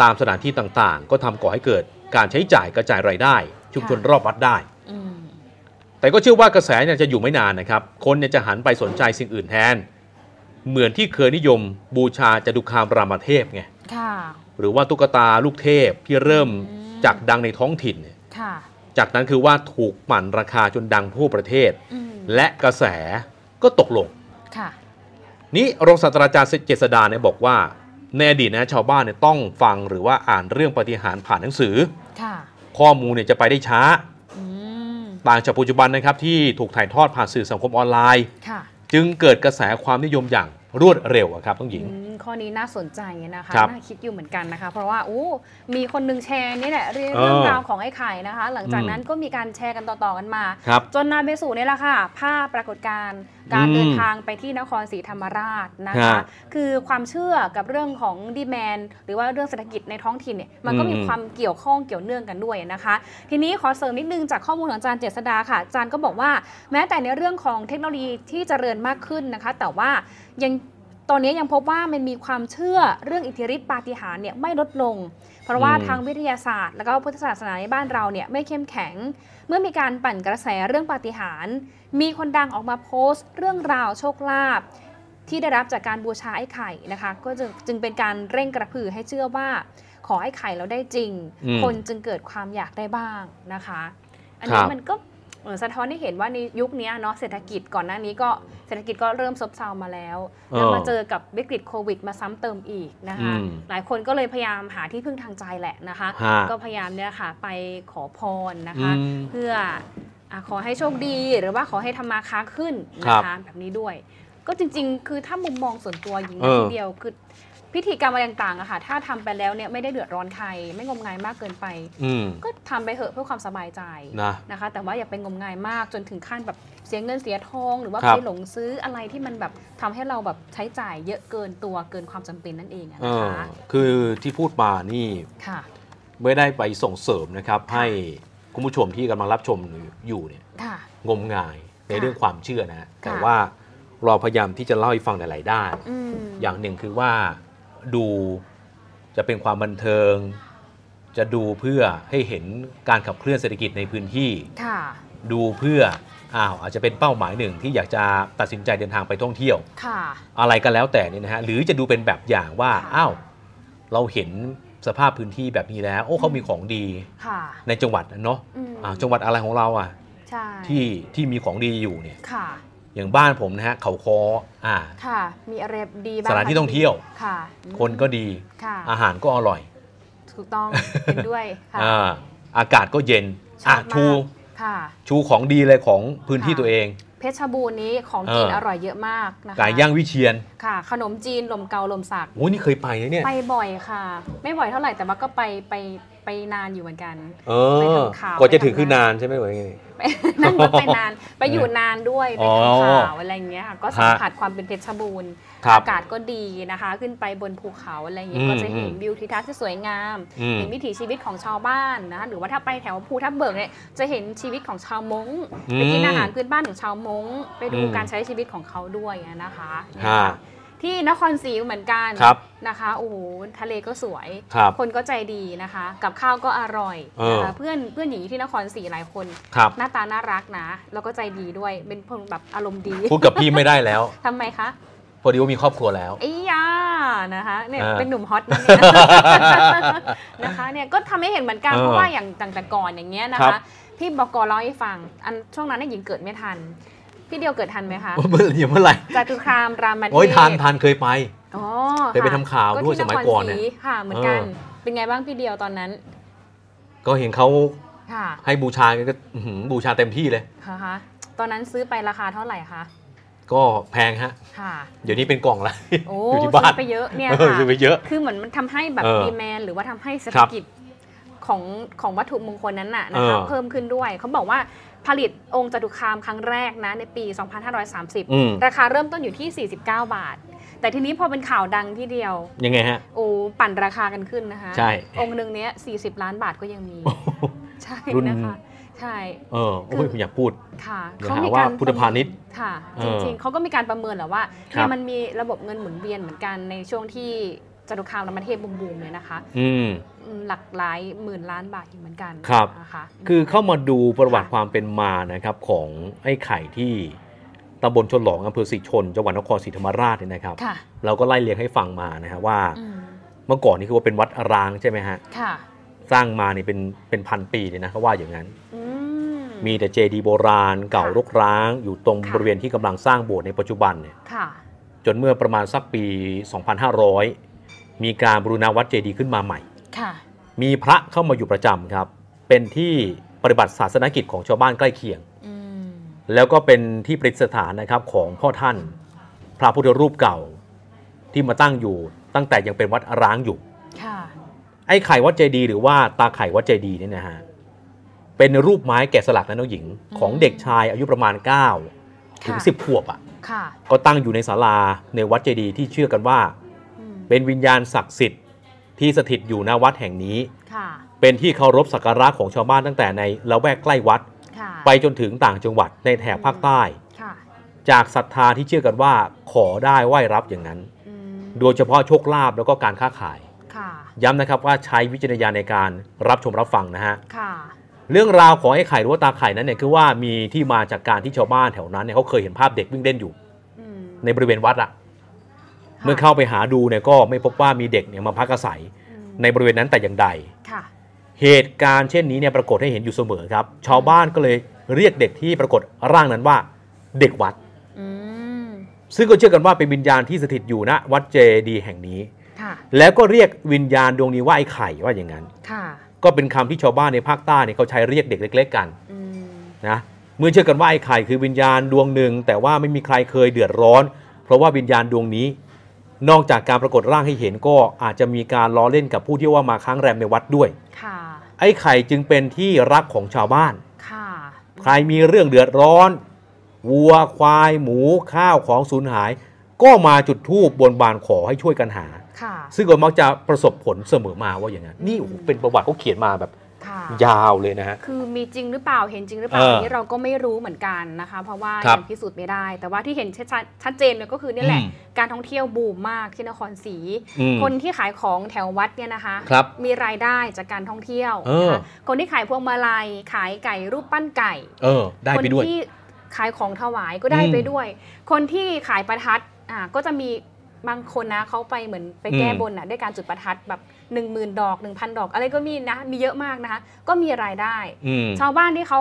ตามสถานที่ต่างๆ ก็ทำก่อให้เกิดการใช้จ่ายกระจายรายได้ ชุมชน
ค่ะ
รอบวัดได้
อืม
แต่ก็เชื่อว่ากระแสเนี่ยจะอยู่ไม่นานนะครับ คนเนี่ยจะหันไปสนใจสิ่งอื่นแทน เหมือนที่เคยนิยมบูชาจดุคามรามเทพไง
ค่ะ
หรือว่าตุ๊กตาลูกเทพที่เริ่ม
อืม
จากดังในท้องถิ่นเนี่ย
ค่ะ
จากนั้นคือว่าถูกปั่นราคาจนดังทั่วประเทศ
อืม
และกระแสก็ตกลง
ค่ะ
นี่รองศาสตราจารย์เจษดาเนี่ยบอกว่าในอดีตนะชาวบ้านเนี่ยต้องฟังหรือว่าอ่านเรื่องปาฏิหารย์ผ่านหนังสือ
ค่ะ
ข้อมูลเนี่ยจะไปได้ช้า
อืม
ต่างจากปัจจุบันนะครับที่ถูกถ่ายทอดผ่านสื่อสังคมออนไลน์
ค่ะ
จึงเกิดกระแสความนิยมอย่างรวดเร็วอะครับต้องหญิง
อืมข้อนี้น่าสนใจนะคะ
ครับ
น่าคิดอยู่เหมือนกันนะคะ เพราะว่าอู้มีคนหนึ่งแชร์นี่แหละเรื่อง
เออ
เรื่องราวของไอ้ไข่นะคะ หลังจาก
อืม
นั้นก็มีการแชร์กันต่อๆกันมา
ครับ
จนนำไปสู่นี่แหละค่ะ ภาพปรากฏการณ์ การ
อืม
เดินทางไปที่นครศรีธรรมราชนะคะ
ฮะ
คือความเชื่อกับเรื่องของดีแมนหรือว่าเรื่องเศรษฐกิจในท้องถิ่นเนี่ยมันก็มี
อืม
ความเกี่ยวข้องเกี่ยวเนื่องกันด้วยนะคะ ทีนี้ขอเสริมนิดนึงจากข้อมูลของอาจารย์เจษดาค่ะอาจารย์ก็บอกว่า แม้แต่ในเรื่องของเทคโนโลยีที่เจริญมากขึ้นนะคะ แต่ว่ายังตอนนี้ยังพบว่ามันมีความเชื่อเรื่องอิทธิฤทธิปาฏิหาริย์เนี่ยไม่ลดลง เพราะว่า
อืม
ทางวิทยาศาสตร์ แล้วก็พุทธศาสนาในบ้านเราเนี่ยไม่เข้มแข็ง เมื่อมีการปั่นกระแสเรื่องปาฏิหาริย์มีคนดังออกมาโพสต์ เรื่องราวโชคลาภที่ได้รับจากการบูชาไอ้ไข่นะคะ ก็จึงจึงเป็นการเร่งกระพือให้เชื่อว่า ขอไอ้ไข่เราได้จริง
อืม
คนจึงเกิดความอยากได้บ้างนะคะ อัน
ค
นี้
รับ
มันก็เอ่อสะท้อนให้เห็นว่าในยุคเนี้ยเนาะเศรษฐกิจก่อนหน้านี้ก็เศรษฐกิจก็เริ่มซบเซามาแล้วแล้วมาเจอกับวิกฤตโควิด มาซ้ำเติมอีกนะคะ
อืม
หลายคนก็เลยพยายามหาที่พึ่งทางใจแหละนะคะ
ฮะ
ก็พยายามเนี่ยค่ะไปขอพรนะ
อื
คะ
ม
เพื่ออ่ะขอให้โชคดีหรือว่าขอให้ทำมาค้าขึ้น
ครั
นะ
บ
คะแบบนี้ด้วย ก็จริงๆ คือถ้ามุมมองส่วนตัวหญิง
เออ
ทีเดียวคือพิธีกรรมอะไรต่างๆอะค่ะ ถ้าทำไปแล้วเนี่ยไม่ได้เดือดร้อนใคร ไม่งมงายมากเกินไป
อืม
ก็ทำไปเถอะเพื่อความสบายใจ
นะ
นะคะ แต่ว่าอย่าไปงมงายมากจนถึงขั้นแบบเสียเงินเสียทอง หรือว่า
ครับ
ไปหลงซื้ออะไรที่มันแบบทำให้เราแบบใช้จ่ายเยอะเกินตัวเกินความจำเป็นนั่นเองอะ
เอ
นะ
อ
คะ
คือที่พูดมานี่
ค่ะ
ไม่ได้ไปส่งเสริมนะครับ ให้คุณผู้ชมที่กำลังรับชมอยู่เนี่ย
ค่ะ
งมงายในเรื่องความเชื่อนะฮะแต่
ค่ะ
ว่าเราพยายามที่จะเล่าให้ฟังหลาย ๆ ด้าน
อืม
อย่างหนึ่งคือว่าดูจะเป็นความบันเทิง จะดูเพื่อให้เห็นการขับเคลื่อนเศรษฐกิจในพื้นที่
ค่ะ
ดูเพื่ออ้าวอาจจะเป็นเป้าหมายหนึ่งที่อยากจะตัดสินใจเดินทางไปท่องเที่ยว
ค่ะ
อะไรก็แล้วแต่เนี่ยนะฮะหรือจะดูเป็นแบบอย่างว่า
ค่ะ
อ้าวเราเห็นสภาพพื้นที่แบบนี้แล้ว โอ้เขามีของดี
ค่ะ
ในจังหวัดนั้นเนาะ
อืม
อ้าวจังหวัดอะไรของเราอ่ะ
ใช่
ที่ที่มีของดีอยู่เนี่ย
ค่ะ
อย่างบ้านผมนะฮะเขาคออ่า
ค่ะ มีอะไรดีบ้าง
สถานที่
คะ
ท่องเที่ยว
ค่ะ
คนก็ดี
ค่ะ
อาหารก็อร่อย
ถูก
<laughs>
ต้อง เห็นด้วย ค่ะ
อ่าอากาศก็เย็น
ชอบ
อ่ะ
มาก
ชู
ค่ะ
ชูของดีเลยของพื้นที่
ค่ะ
ตัวเอง
เพชรบูรณ์นี้ของกิน
เออ
อ
อ
ร่อยเยอะมากนะคะ
ไก่ย่างวิเชียน
ค่ะ ขนมจีนลมเกาลมสัก
โอ้ยนี่เคยไปนะเนี่ย
<laughs> ไปบ่อยค่ะ ไม่บ่อยเท่าไหร่แต่ว่าก็ไปไปไปนานอยู่เหมือนกัน <laughs>
เอ
ไป
อ
ทำข่าว
กว่าจะถึง
ไปทำ
คือนานใช่ไหมวะนี่
ไปนั่งรถไป
<laughs>
นาน ไปอยู่นานด้วยไปทำข่าวอะไรอย่างเงี้ยค่ะก็สัมผัสความเป็นเพชรบูรณ์
ครับ
อากาศก็ดีนะคะ ขึ้นไปบนภูเขาอะไรอย่างเงี้ย
อืม
ก็จะเห็น
อืม
วิวทิวทัศน์ที่สวยงาม
อืม
เห็นวิถีชีวิตของชาวบ้านนะคะหรือว่าถ้าไปแถวภูทับเบิกเนี่ยจะเห็นชีวิตของชาวมงค์
อืม
ไปกินอาหารพื้นบ้านของชาวมงค์ไปดู
อืม
การใช้ชีวิตของเขาด้วยนะคะ
ฮะ
ที่นครศรีเหมือนกัน
ครับ
นะคะโอ้โหทะเลก็สวย
ครับ
คนก็ใจดีนะคะ กับข้าวก็อร่อย
เออ
นะคะเพื่อนเพื่อนหญิงที่นครศรีหลายคน
ครับ
หน้าตาน่ารักนะ แล้วก็ใจดีด้วยเป็นคนแบบอารมณ์ดี
พูดกับพี่ไม่ได้แล้ว
ทำไมคะ
พอดีว่ามีครอบครัวแล้ว
ไอ้ยานะคะเนี่ย
อ่า
เป็นหนุ่มฮอตนะเนี่ย <laughs> นะคะเนี่ยก็ทำให้เห็นเหมือนกัน
เออ
เพราะว่าอย่างต่างแต่ก่อนอย่างเงี้ยนะ
ครั
คะ
บ
พี่บกเล่าให้ฟังอันช่วงนั้นน่ะหญิงเกิดไม่ทัน พี่เดียวเกิดทันไหมคะ
เมื่อไหร่เมื่อ
<laughs>
ไหร่
จตุคามรามเทพ
โอ้ยทานทานเคยไป
อ๋อ
เคยไปทำข่าวด้วยสมัยก่อนเนี่ย
ที่ครศรีค่ะเหมือนกัน เป็นไงบ้างพี่เดียวตอนนั้น
ก็เห็นเขา
ค่ะ
ให้บูชากันก็อื้อหือบูชาเต็มที่เลย
นะคะตอนนั้นซื้อไปราคาเท่าไหร่คะ
ก็แพงฮะ
ค่ะ
เดี๋ยวนี้เป็นกล่องละ
โอ้
<laughs> อยู่ที่บ้าน
ซื้อไปเยอะเนี่ย
ออ
ค่ะ
ซื้อไปเยอะ
คือเหมือนมันทำให้แบบ
เออ
ดีแมนหรือว่าทำให้เศรษ
ค
ฐ
รับ
กิจของของวัตถุมงคลนั้นน่ะนะ
เอ
คะ
อ
เพิ่มขึ้นด้วย เขาบอกว่าผลิตองค์จตุคามครั้งแรกนะในปี
อืม
2530 ราคาเริ่มต้นอยู่ที่ 49 บาท แต่ทีนี้พอเป็นข่าวดังที่เดียว
ยังไงฮะ
โอ้ปั่นราคากันขึ้นนะคะ
ใช่
องค์หนึ่งเนี้ย40 ล้านบาทก็ยังมี ใช่
รุ่น
นะคะ ใช่
<laughs> เออโอ้ยผมอยากพูด
ค่ะ
เดี๋ยวหาว่าพุทธพาณิชย์
ค่ะ
เอ
จ
อ
ริงๆเขาก็มีการประเมินแหละว่า
ครั
เนี่ย
บ
มันมีระบบเงินหมุนเวียนเหมือนกันในช่วงที่จตุคามรามเทพบูมๆเนี่ยนะคะ
อืม
อืมหลักหลายหมื่นล้านบาทอยู่เหมือนกัน
ครับ
นะคะ
คือเข้ามาดูประวัติความเป็นมานะครับของไอ้ไข่ที่ตำบลชนหลองอำเภอศรีชนจังหวัดนครศรีธรรมราชเนี่ยนะครับ
ค่ะ
เราก็ไล่เรียงให้ฟังมานะฮะว่า
อืม
เมื่อก่อนนี่คือว่าเป็นวัดร้างใช่ไหมฮะ
ค่ะ
สร้างมาเนี่ยเป็นเป็นพันปีเลยนะเขาว่าอย่างนั้น
อืม
มีแต่เจดีย์โบราณเก่า
ค่ะ
รกร้างอยู่ตรง
ค่ะ
บริเวณที่กำลังสร้างโบสถ์ในปัจจุบันเนี่ย
ค่ะ
จนเมื่อประมาณสักปี 2500 มีการบรุณาวัดเจดีย์ขึ้นมาใหม่
ค่ะ
มีพระเข้ามาอยู่ประจำครับ เป็นที่ปฏิบัติศาสนกิจของชาวบ้านใกล้เคียง
อืม
แล้วก็เป็นที่ประดิษฐานนะครับของพ่อท่าน พระพุทธรูปเก่าที่มาตั้งอยู่ ตั้งแต่ยังเป็นวัดร้างอยู่
ค่ะ
ไอ้ไข่วัดเจดีย์หรือว่าตาไข่วัดเจดีย์เนี่ยนะฮะเป็นรูปไม้แกะสลักนะน้องหญิง ของเด็กชายอายุประมาณ9ถึง
ค่ะ
10 ขวบอะ
ค่ะ
ก็ตั้งอยู่ในศาลาในวัดเจดีย์ที่เชื่อกันว่า
อืม
เป็นวิญญาณศักดิ์สิทธิ์ที่สถิตอยู่ณวัดแห่งนี้
ค่ะ
เป็นที่เคารพสักการะของชาวบ้านตั้งแต่ในละแวกใกล้วัด
ค่ะ
ไปจนถึงต่างจังหวัดในแถบภาคใต้
ค่ะ
จากศรัทธาที่เชื่อกันว่าขอได้ไหวรับอย่างนั้น
อืม
โดยเฉพาะโชคลาภแล้วก็การค้าขาย
ค่ะ
ย้ำนะครับว่าใช้วิจารณญาณในการรับชมรับฟังนะฮะ
ค่ะ
เรื่องราวของไอ้ไข่หรือว่าตาไข่นั้นเนี่ยคือว่ามีที่มาจากการที่ชาวบ้านแถวนั้นเนี่ยเขาเคยเห็นภาพเด็กวิ่งเล่นอยู่
อืม
ในบริเวณวัดอะ
ค่ะ
เมื่อเข้าไปหาดูเนี่ยก็ไม่พบว่ามีเด็กเนี่ยมาพักอาศัย
อืม
ในบริเวณนั้นแต่อย่างใด
ค่ะ
เหตุการณ์เช่นนี้เนี่ยปรากฏให้เห็นอยู่เสมอครับ ชาวบ้านก็เลยเรียกเด็กที่ปรากฏร่างนั้นว่าเด็กวัด
อืม
ซึ่งก็เชื่อกันว่าเป็นวิญญาณที่สถิตอยู่ณวัดเจดีย์แห่งนี้
ค่ะ
แล้วก็เรียกวิญญาณดวงนี้ว่าไอ้ไข่ว่าอย่างนั้น
ค่ะ
ก็เป็นคำที่ชาวบ้านในภาคใต้เนี่ยเขาใช้เรียกเด็กเล็ก ๆ กัน
อืม
นะเมื่อเชื่อกันว่าไอ้ไข่คือวิญญาณดวงหนึ่ง แต่ว่าไม่มีใครเคยเดือดร้อน เพราะว่าวิญญาณดวงนี้ นอกจากการปรากฏร่างให้เห็นก็อาจจะมีการล้อเล่นกับผู้ที่ว่ามาค้างแรมในวัดด้วย
ค่ะ
ไอ้ไข่จึงเป็นที่รักของชาวบ้าน
ค่ะ
ใครมีเรื่องเดือดร้อน วัวควาย หมูข้าวของสูญหาย ก็มาจุดธูปบนบานขอให้ช่วยกันหา
ค่ะ
ซึ่งก็มักจะประสบผลเสมอมาว่าอย่างนั้น นี่โอ้โหเป็นประวัติเขาเขียนมาแบบ
ค่ะ
ยาวเลยนะฮะ
คือมีจริงหรือเปล่า เห็นจริงหรือเปล่า
เอออั
นนี้เราก็ไม่รู้เหมือนกันนะคะ เพราะว่า
ครับ
ยังพิสูจน์ไม่ได้ แต่ว่าที่เห็นชัดชัดเจนเนี่ยก็คือเนี่ยแหละ
อืม
การท่องเที่ยวบูมมากที่นครศรี
อืม
คนที่ขายของแถววัดเนี่ยนะคะ
ครับ
มีรายได้จากการท่องเที่ยว
เออ
นะคะคนที่ขายพวงมาลัย ขายไก่รูปปั้นไก่
เออ ได้
คน
ไปด้วย
ที่ขายของถวายก็ได้ไป
อืม
ด้วย คนที่ขายประทัดอ่าก็จะมีบางคนนะเขาไปเหมือนไปแก้
อืม
บนอ่ะด้วยการจุดประทัดแบบ1 0,000 ดอก 1,000 ดอก อะไรก็มีนะ มีเยอะมากนะคะ ก็มีรายได้
อืม
ชาวบ้านที่เขา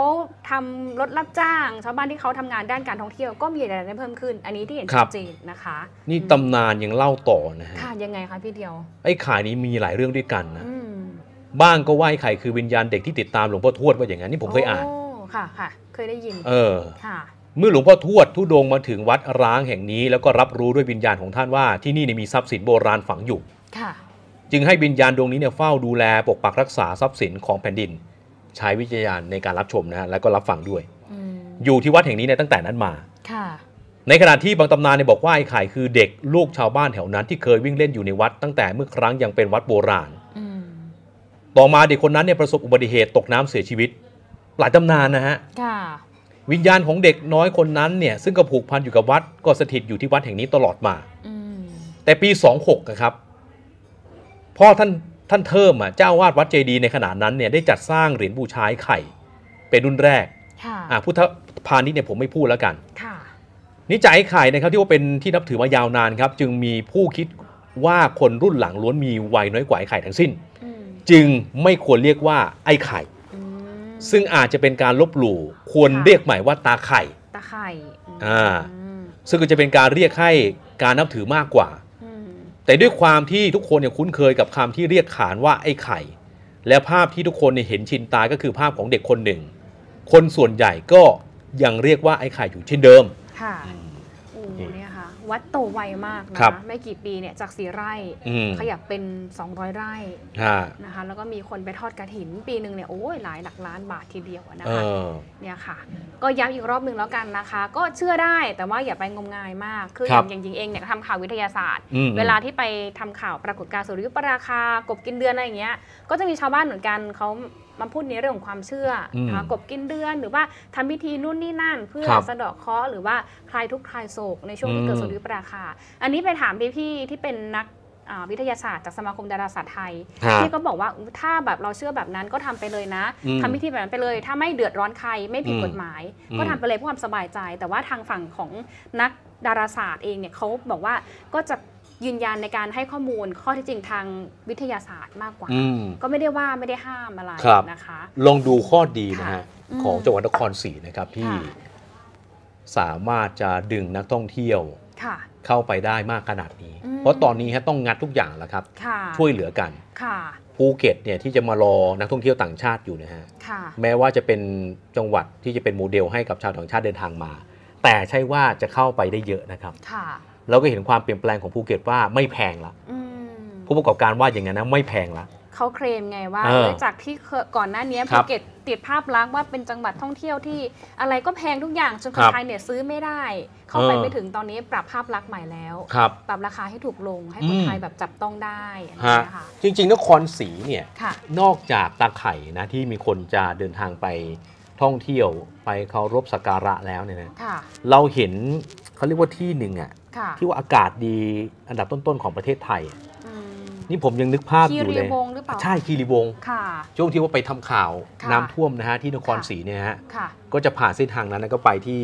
ทำรถรับจ้าง ชาวบ้านที่เขาทำงานด้านการท่องเที่ยวก็มีรายได้เพิ่มขึ้น อันนี้ที่เห็น
ครั
ชั
บ
ดเจนนะคะ
นี่
อืม
ตำนานยังเล่าต่อนะฮะ
ค่ะยังไงคะพี่เดียว
ไอ้ไข่นี้มีหลายเรื่องด้วยกันนะ
อืม
บ้างก็ว่าไอ้ไข่คือวิญญาณเด็กที่ติดตามหลวงพ่อทวดว่าอย่างนั้นนี่ผมเคยอ่าน
โค่ะค่ะ เคยได้ยิน
เออ
ค่ะ
เมื่อหลวงพ่อทวดทุดงค์มาถึงวัดร้างแห่งนี้ แล้วก็รับรู้ด้วยวิญญาณของท่านว่าที่นี่เนี่ยมีทรัพย์สินโบราณฝังอยู่
ค่ะ
จึงให้วิญญาณดวงนี้เนี่ยเฝ้าดูแลปกปักรักษาทรัพย์สินของแผ่นดิน ใช้วิจารณญาณในการรับชมนะฮะแล้วก็รับฟังด้วย
อืม
อยู่ที่วัดแห่งนี้เนี่ยตั้งแต่นั้นมา
ค่ะ
ในขณะที่บางตำนานเนี่ยบอกว่าไอ้ไข่คือเด็กลูกชาวบ้านแถวนั้นที่เคยวิ่งเล่นอยู่ในวัด ตั้งแต่เมื่อครั้งยังเป็นวัดโบราณ
อืม
ต่อมาเด็กคนนั้นเนี่ยประสบอุบัติเหตุตกน้ำเสียชีวิต หลายตำนานนะฮะ
ค่ะ
วิญญาณของเด็กน้อยคนนั้นเนี่ยซึ่งก็ผูกพันอยู่กับวัดก็สถิตอยู่ที่วัดแห่งนี้ตลอดมา
อืม
แต่ปี 26อะครับพ่อท่านท่านเทิมอ่ะเจ้าวาดวัดเจดีย์ในขณะนั้นเนี่ยได้จัดสร้างเหรียญบูชาไอ้ไข่ เป็นรุ่นแรก
ค่ะ
อ่าพุทธพาณิชย์เนี่ยผมไม่พูดแล้วกัน
ค่ะ
นิจายไอ้ไข่นะครับที่ว่าเป็นที่นับถือมายาวนานครับ จึงมีผู้คิดว่าคนรุ่นหลังล้วนมีวัยน้อยกว่าไอ้ไข่ทั้งสิ้น
อืม
จึงไม่ควรเรียกว่าไอ้ไข่
อืม
ซึ่งอาจจะเป็นการลบหลู่ควร
ค่ะ
เรียกใหม่ว่าตาไข่
ตะไคร่ม
อ่า ซึ่งก็จะเป็นการเรียกให้การนับถือมากกว่า
อืม
แต่ด้วยความที่ทุกคนเนี่ยคุ้นเคยกับคำที่เรียกขานว่าไอ้ไข่ และภาพที่ทุกคนเนี่ยเห็นชินตาก็คือภาพของเด็กคนหนึ่ง คนส่วนใหญ่ก็ยังเรียกว่าไอ้ไข่อยู่เช่นเดิม
ค่ะโอ้เนี่ยค่ะ วัดโตไวมากนะครับ ไม่กี่ปีเนี่ยจากสี่ไร่
อืม
ขยับเป็น 200 ไร่
ฮะ
นะคะแล้วก็มีคนไปทอดกระถิน ปีหนึ่งเนี่ยโอ้ยหลายหลักล้านบาททีเดียวอะนะ
เอ
คะ
อ
เนี่ยค่ะ ก็ย้ำอีกรอบหนึ่งแล้วกันนะคะ ก็เชื่อได้แต่ว่าอย่าไปงมงายมาก คือ
ครับ
อย่างหญิงเองเนี่ยทำข่าววิทยาศาสตร์
อืม
เวลาที่ไปทำข่าวปรากฏการณ์สุริยุปราคากบกินเดือนอะไรอย่างเงี้ยก็จะมีชาวบ้านเหมือนกันเขามาพูดในเรื่องของความเชื่ออ
ม
นะคะกบกินเดือนหรือว่าทำพิธีนู่นนี่นั่น เพื่อ
ครับ
สะเดาะเคราะห์หรือว่าคลายทุกข์คลายโศกในช่วงที่เกิด
อืม
สุริยุปราคา อันนี้ไปถามพี่ๆที่เป็นนักอ่าวิทยาศาสตร์จากสมาคมดาราศาสตร์ไทย
ฮะ
ที่ก็บอกว่าถ้าแบบเราเชื่อแบบนั้นก็ทำไปเลยนะ
อืม
ทำพิธีแบบนั้นไปเลย ถ้าไม่เดือดร้อนใครไม่ผิด
อืม
กฎหมาย
อืม
ก็ทำไปเลยเพื่อความสบายใจ แต่ว่าทางฝั่งของนักดาราศาสตร์เองเนี่ยเขาบอกว่าก็จะยืนยันในการให้ข้อมูลข้อเที่จริงทางวิทยาศาสตร์มากกว่า
อืม
ก็ไม่ได้ว่าไม่ได้ห้ามอะไร
ครับ
นะคะ
ลองดูข้อดีนะ
ค่ะ
ฮะ
อืม
ของจังหวัดนครศรีนะครับที่
ค่ะ
สามารถจะดึงนักท่องเที่ยว
ค่ะ
เข้าไปได้มากขนาดนี้
อืม
เพราะตอนนี้ฮะต้องงัดทุกอย่างแล้วครับ
ค่ะ
ช่วยเหลือกัน
ค่ะ
ภูเก็ตเนี่ยที่จะมารอนักท่องเที่ยวต่างชาติอยู่นะฮะ
ค่ะ
แม้ว่าจะเป็นจังหวัดที่จะเป็นโมเดลให้กับชาวต่างชาติเดินทางมา แต่ใช่ว่าจะเข้าไปได้เยอะนะครับ
ค่ะ
เราก็เห็นความเปลี่ยนแปลงของภูเก็ตว่าไม่แพงละ
อืม
ผู้ประกอบการว่าอย่างนั้นนะไม่แพงละ
เขาเคลมไงว่า
เออ
เนื่องจากที่เคยก่อนหน้านี้
ครั
ภู
บ
เก็ตติดภาพลักษณ์ว่าเป็นจังหวัดท่องเที่ยวที่อะไรก็แพงทุกอย่างจน
ค
ค
รั
น
บ
ไทยเนี่ยซื้อไม่ได้ เข้าไป
เออ
ไม่ถึงตอนนี้ปรับภาพลักษณ์ใหม่แล้ว
ครับ
ปรับราคาให้ถูกลงให้
อืม
คนไทยแบบจับต้องได้อะไรอ
ฮะ
ย่างเงี้ยค่ะ
จริง ๆ นครศรีเนี่ย
ค่ะ
นอกจากตาไข่นะที่มีคนจะเดินทางไปท่องเที่ยวไปเคารพสักการะแล้วเนี่ยนะ
ค่ะ
เราเห็นเขาเรียกว่าที่หนึ่งอะ
ค่ะ
ที่ว่าอากาศดีอันดับต้น ๆ ของประเทศไทยอะ
อืม
นี่ผมยังนึกภาพอยู่เลย
คีรีวงศ์หรือเปล่า
ใช่คีรีวงศ์
ค่ะ
ช่วงที่ว่าไปทำข่าว
ค่ะ
น้ำท่วมนะฮะที่นคร
ค่ะ
ศรีเนี่ยฮะ
ค่ะ
ก็จะผ่านเส้นทางนั้นแล้วก็ไปที่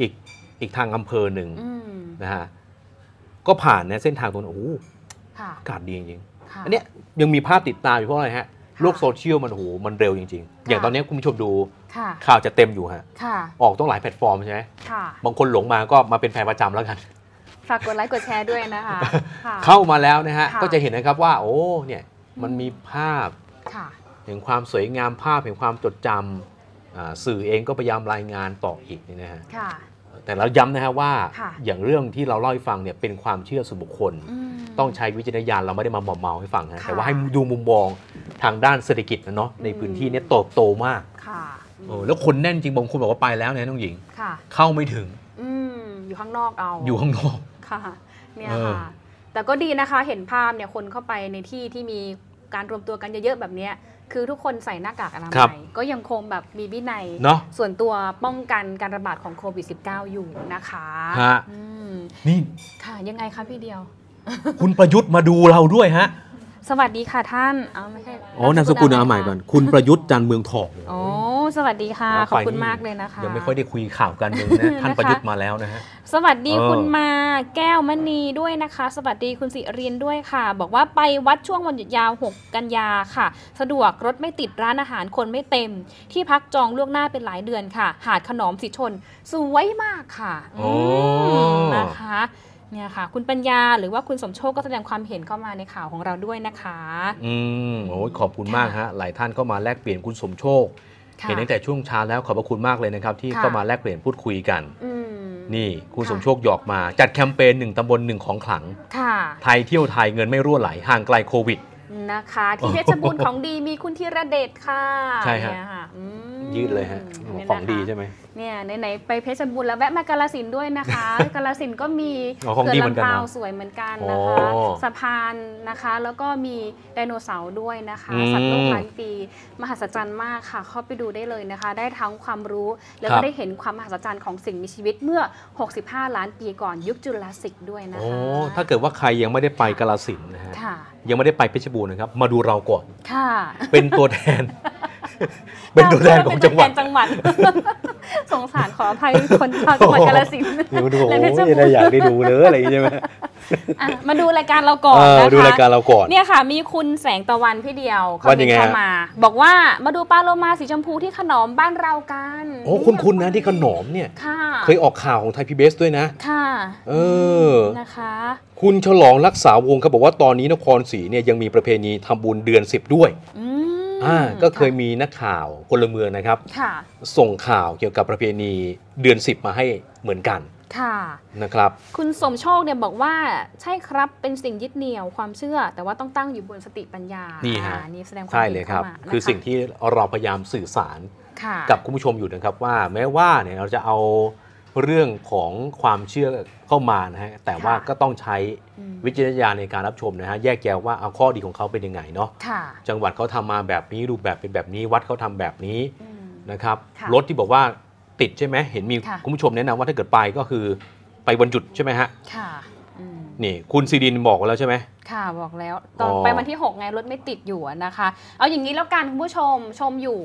อีกอีกทางอำเภอหนึ่ง
อืม
นะฮะก็ผ่านเนี่ยเส้นทางตรงนั้นโอ้โห
ค่ะ
อากาศดีจริงๆ
ค่ะ
อันเนี้ยยังมีภาพติดตามอยู่เพราะอะไรฮะ
ะ
โลกโซเชียลมันโอ้โหมันเร็วจริง ๆ
ะ
อย่างตอนเนี้ยคุณผู้ชมดู
ค่ะ
ข่าวจะเต็มอยู่ฮะ
ค่ะ
ออกต้องหลายแพลตฟอร์มใช่ไหม
ค่ะ
บางคนหลงมาก็มาเป็นแฟนประจำแล้วกัน
ฝากกดไลค์กดแชร์ด้วยนะคะค่ะ
เข้ามาแล้วนะฮะ
ค่ะ
ก็จะเห็นนะครับว่าโอ้เนี่ยมัน
อืม
มีภาพ
ค่ะ
เห็นความสวยงามภาพเห็นความจดจำอ่าสื่อเองก็พยายามรายงานต่ออีกเนี่ยนะฮะ
ค่ะ
แต่เราย้ำนะฮะว่า
ค่ะ
อย่างเรื่องที่เราเล่าให้ฟังเนี่ยเป็นความเชื่อส่วนบุคคล
อืม
ต้องใช้วิจารณญาณเราไม่ได้มาหมอมเมาให้ฟังฮะ
ค่ะ
แต่ว่าให้ดูมุมมองทางด้านเศรษฐกิจนะเนาะใน
อืม
พื้นที่เนี้เติบโตมาก
ค่ะ
เออแล้วคนแน่นจริงบางคนบอกว่าไปแล้วเนี่ยน้องหญิง
ค่ะ
เข้าไม่ถึง
อืม อยู่ข้างนอกเอา
อยู่ข้างนอก
ค่ะ เนี่ย
เออ
ค่ะ แต่ก็ดีนะคะ เห็นภาพเนี่ยคนเข้าไปในที่ที่มีการรวมตัวกันเยอะๆแบบเนี้ย คือทุกคนใส่หน้ากากอนา
ครับ
มัย ก็ยังคงแบบมีวินัย
เนาะ
ส่วนตัวป้องกันการระบาดของโควิด -19 อยู่นะคะ
ฮะ
อืม
นี่
ค่ะ ยังไงคะพี่เดียว <laughs>
คุณประยุทธ์มาดูเราด้วยฮะ
สวัสดีค่ะท่านอ๋อไม่ใช่
อ๋อนามสกุลเอาใหม่ก่อน คุณประยุทธ์จันทร์เมืองทอง
โอ้สวัสดีค่ะ ขอบคุณมากเลยนะคะ
ยังไม่ค่อยได้คุยข่าวกันเลยนะท่าน
นะคะ
ประยุทธ์มาแล้วนะฮะ
สวัสดี
เออ
คุณมาแก้วมณีด้วยนะคะ สวัสดีคุณสิรินด้วยค่ะ บอกว่าไปวัดช่วงวันหยุดยาว 6 กันยาค่ะ สะดวกรถไม่ติดร้านอาหารคนไม่เต็ม ที่พักจองล่วงหน้าเป็นหลายเดือนค่ะ หาดขนอมสิชน สวยมากค่ะอืมนะคะเนี่ยค่ะ คุณปัญญาหรือว่าคุณสมโชคก็แสดงความเห็นเข้ามาในข่าวของเราด้วยนะคะ
อืมโอ้ยขอบคุณมากฮะหลายท่านก็มาแลกเปลี่ยนคุณสมโชค
ค่ะ
เห็นตั้งแต่ช่วงเช้าแล้วขอบพระคุณมากเลยนะครับที่
ค่ะ
เข้ามาแลกเปลี่ยนพูดคุยกัน
อืม
นี่คุณ
ค่ะ
สมโชคหยอกมาจัดแคมเปญหนึ่งตำบลหนึ่งของขลัง
ค่ะ
ไทยเที่ยวไทยเงินไม่รั่วไหลห่างไกลโควิด
นะคะที่เพชรบูรณ์ของดีมีคุณธีระเดชค่ะ
ใช่ฮะ
เนี่ยค่อืม
ยืดเลยฮะ
เนี่ยนะคะ
ของดีใช่ไหม
เนี่ยไหนๆไปเพชรบูรณ์แล้วแวะมากาลสินธุ์ด้วยนะคะ
<laughs>
กาลสินธุ์ก็มี
อ๋อของดีเหมือนกัน
ขื่ลำ
นะ
ปาวสวยเหมือนกันนะคะ
โอ้
สะพานนะคะ แล้วก็มีไดโนเสาร์ด้วยนะคะ
อืม
สัตว์โลกหลายปีมหัศจรรย์มากค่ะเข้าไปดูได้เลยนะคะ ได้ทั้งความรู้แล้ว
ครั
ก็
บ
ได้เห็นความมหัศจรรย์ของสิ่งมีชีวิตเมื่อ 65 ล้านปีก่อนยุคจุลศิลป์ด้วยนะ
โอ้
คะ
ถ้าเกิดว่าใครยังไม่ได้ไปกาลสินธุ์นะฮะ
ค่ะ
ยังไม่ได้ไปเพชรบูรณ์นะครับ มาดูเราก่อน
ค่ะ
เป็นตัวแท
<laughs>
น <laughs> เป็นตัวแทนของจังหวัด
เป็นตัวแทนจังหวัด <laughs> สงสารขออภัยคนชาวจังหวัดกาฬสินธุ์
เดี๋ยวดูโอ้
และเพช
ย
รบูร
ได้อยาก
ณ์
ได้ดูเลยอะไรอย่างงี้ใช่ไหม
อ่ะมาดูรายการเราก่อน
เออ
นะคะ
ดูรายการเราก่อน
เนี่ยค่ะ มีคุณแสงตะวันพี่เดียวคอม
ว่า
เม
ยั
น
งไงฮะ
ต์เข้ามา บอกว่ามาดูปลาโลมาสีชมพูที่ขนอมบ้านเรากัน
โอ้คุณคุณนะที่ขนอมเนี่ย
ค่ะ
เคยออกข่าวของไทยพีบีเอสด้วยนะ
ค่ะ
เออ
นะคะ
คุณฉลองรักษาวงศ์ครับบอกว่าตอนนี้นครศรีเนี่ยยังมีประเพณีทำบุญเดือนสิบด้วย
อืม
อ่าก็เคยมีนักข่าวพลเมืองนะครับ
ค่ะ
ส่งข่าวเกี่ยวกับประเพณีเดือน 10 มาให้เหมือนกัน
ค่ะ
นะครับ
คุณสมโชคเนี่ยบอกว่าใช่ครับเป็นสิ่งยึดเหนี่ยวความเชื่อ แต่ว่าต้องตั้งอยู่บนสติปัญญา
นี่
นี่
ฮะ
นี่แสดงความ
ใช่
ห็น
เลยครับ
ข้ามานะะ
คือสิ่งที่เราพยายามสื่อสาร
ค่ะ
กับคุณผู้ชมอยู่นะครับว่าแม้ว่าเนี่ยเราจะเอาเรื่องของความเชื่อเข้ามานะฮะแต่ว่า
ค่ะ
ก็ต้องใช้
อืม
วิจารณญาณในการรับชมนะฮะแยกแยะว่าเอาข้อดีของเขาเป็นยังไงเนาะ
ค่ะ
จังหวัดเขาทำมาแบบนี้รูปแบบเป็นแบบนี้วัดเขาทำแบบนี้
อืม
นะครับ
ค่ะ
รถที่บอกว่าติดใช่ไหมเห็นมี
ค่ะ
คุณผู้ชมแนะนำว่าถ้าเกิดไปก็คือไปวันหยุดใช่ไหมฮะ
ค่ะอืม
นี่คุณซีดินบอกไว้แล้วใช่ไหม
ค่ะบอกแล้ว ตอน
อ๋อ
ไปวันที่ 6 ไงรถไม่ติดอยู่อะนะคะ เอาอย่างนี้แล้วกันคุณผู้ชมชมอยู่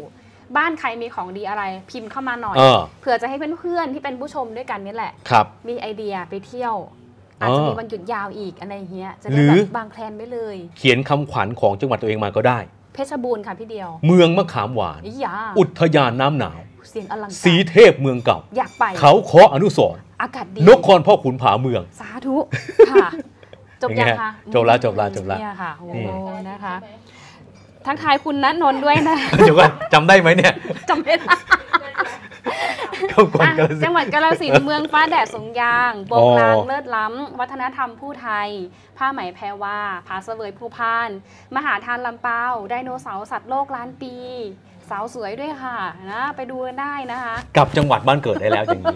บ้านใครมีของดีอะไรพิมพ์เข้ามาหน่อย
เออ
เผื่อจะให้เพื่อนๆที่เป็นผู้ชมด้วยกันนี่แหละ
ครับ
มีไอเดียไปเที่ยว
อ๋ออ
อาจจะมีวันหยุดยาวอีกอะไรอย่างเงี้ยจะ
หรือ
ได้แบบวางแพลนไว้เลย
เขียนคำขวัญของจังหวัดตัวเองมาก็ได้
เพชรบูรณ์ค่ะพี่เดียว
เมืองมะขามหวาน
อีหยา
อุทยานน้ำหนาว
เสียงอลังการ
สีเทพเมืองเก่า
อยากไป
เขาเคออนุสรณ์
อากาศดี
นครพ่อขุนผาเมือง
สา
<laughs>
ธุค่ะ จบยัง
เป็นไง
คะ
ฮะจบละจบละจบละ
เนี่ยค่ะโอ้
นี่
โหนะคะ ทักทายคุณณนนท์ด้วยนะ <laughs>
เดี๋ยวก่อนจำได้ไหมเนี่ย
จำไม่ได้
เข้าก่อน
อ่ะ
กาฬสิ
จั
น
ง
ธุ์
หวัดกาฬ
<laughs>
สินธุ์เมืองฟ้าแดดสงยางโบกลาง
อ๋อ
เลิศล้ำ วัฒนธรรมผู้ไทย ผ้าไหมแพรวาผาเสวยผู้พาน มหาทานลำเปาไดโนเสาร์สัตว์โลกล้านปี สาวสวยด้วยค่ะนะไปดูกันได้นะคะ
กลับจังหวัดบ้านเกิดได้แล้วอย่าง
<laughs>
นี้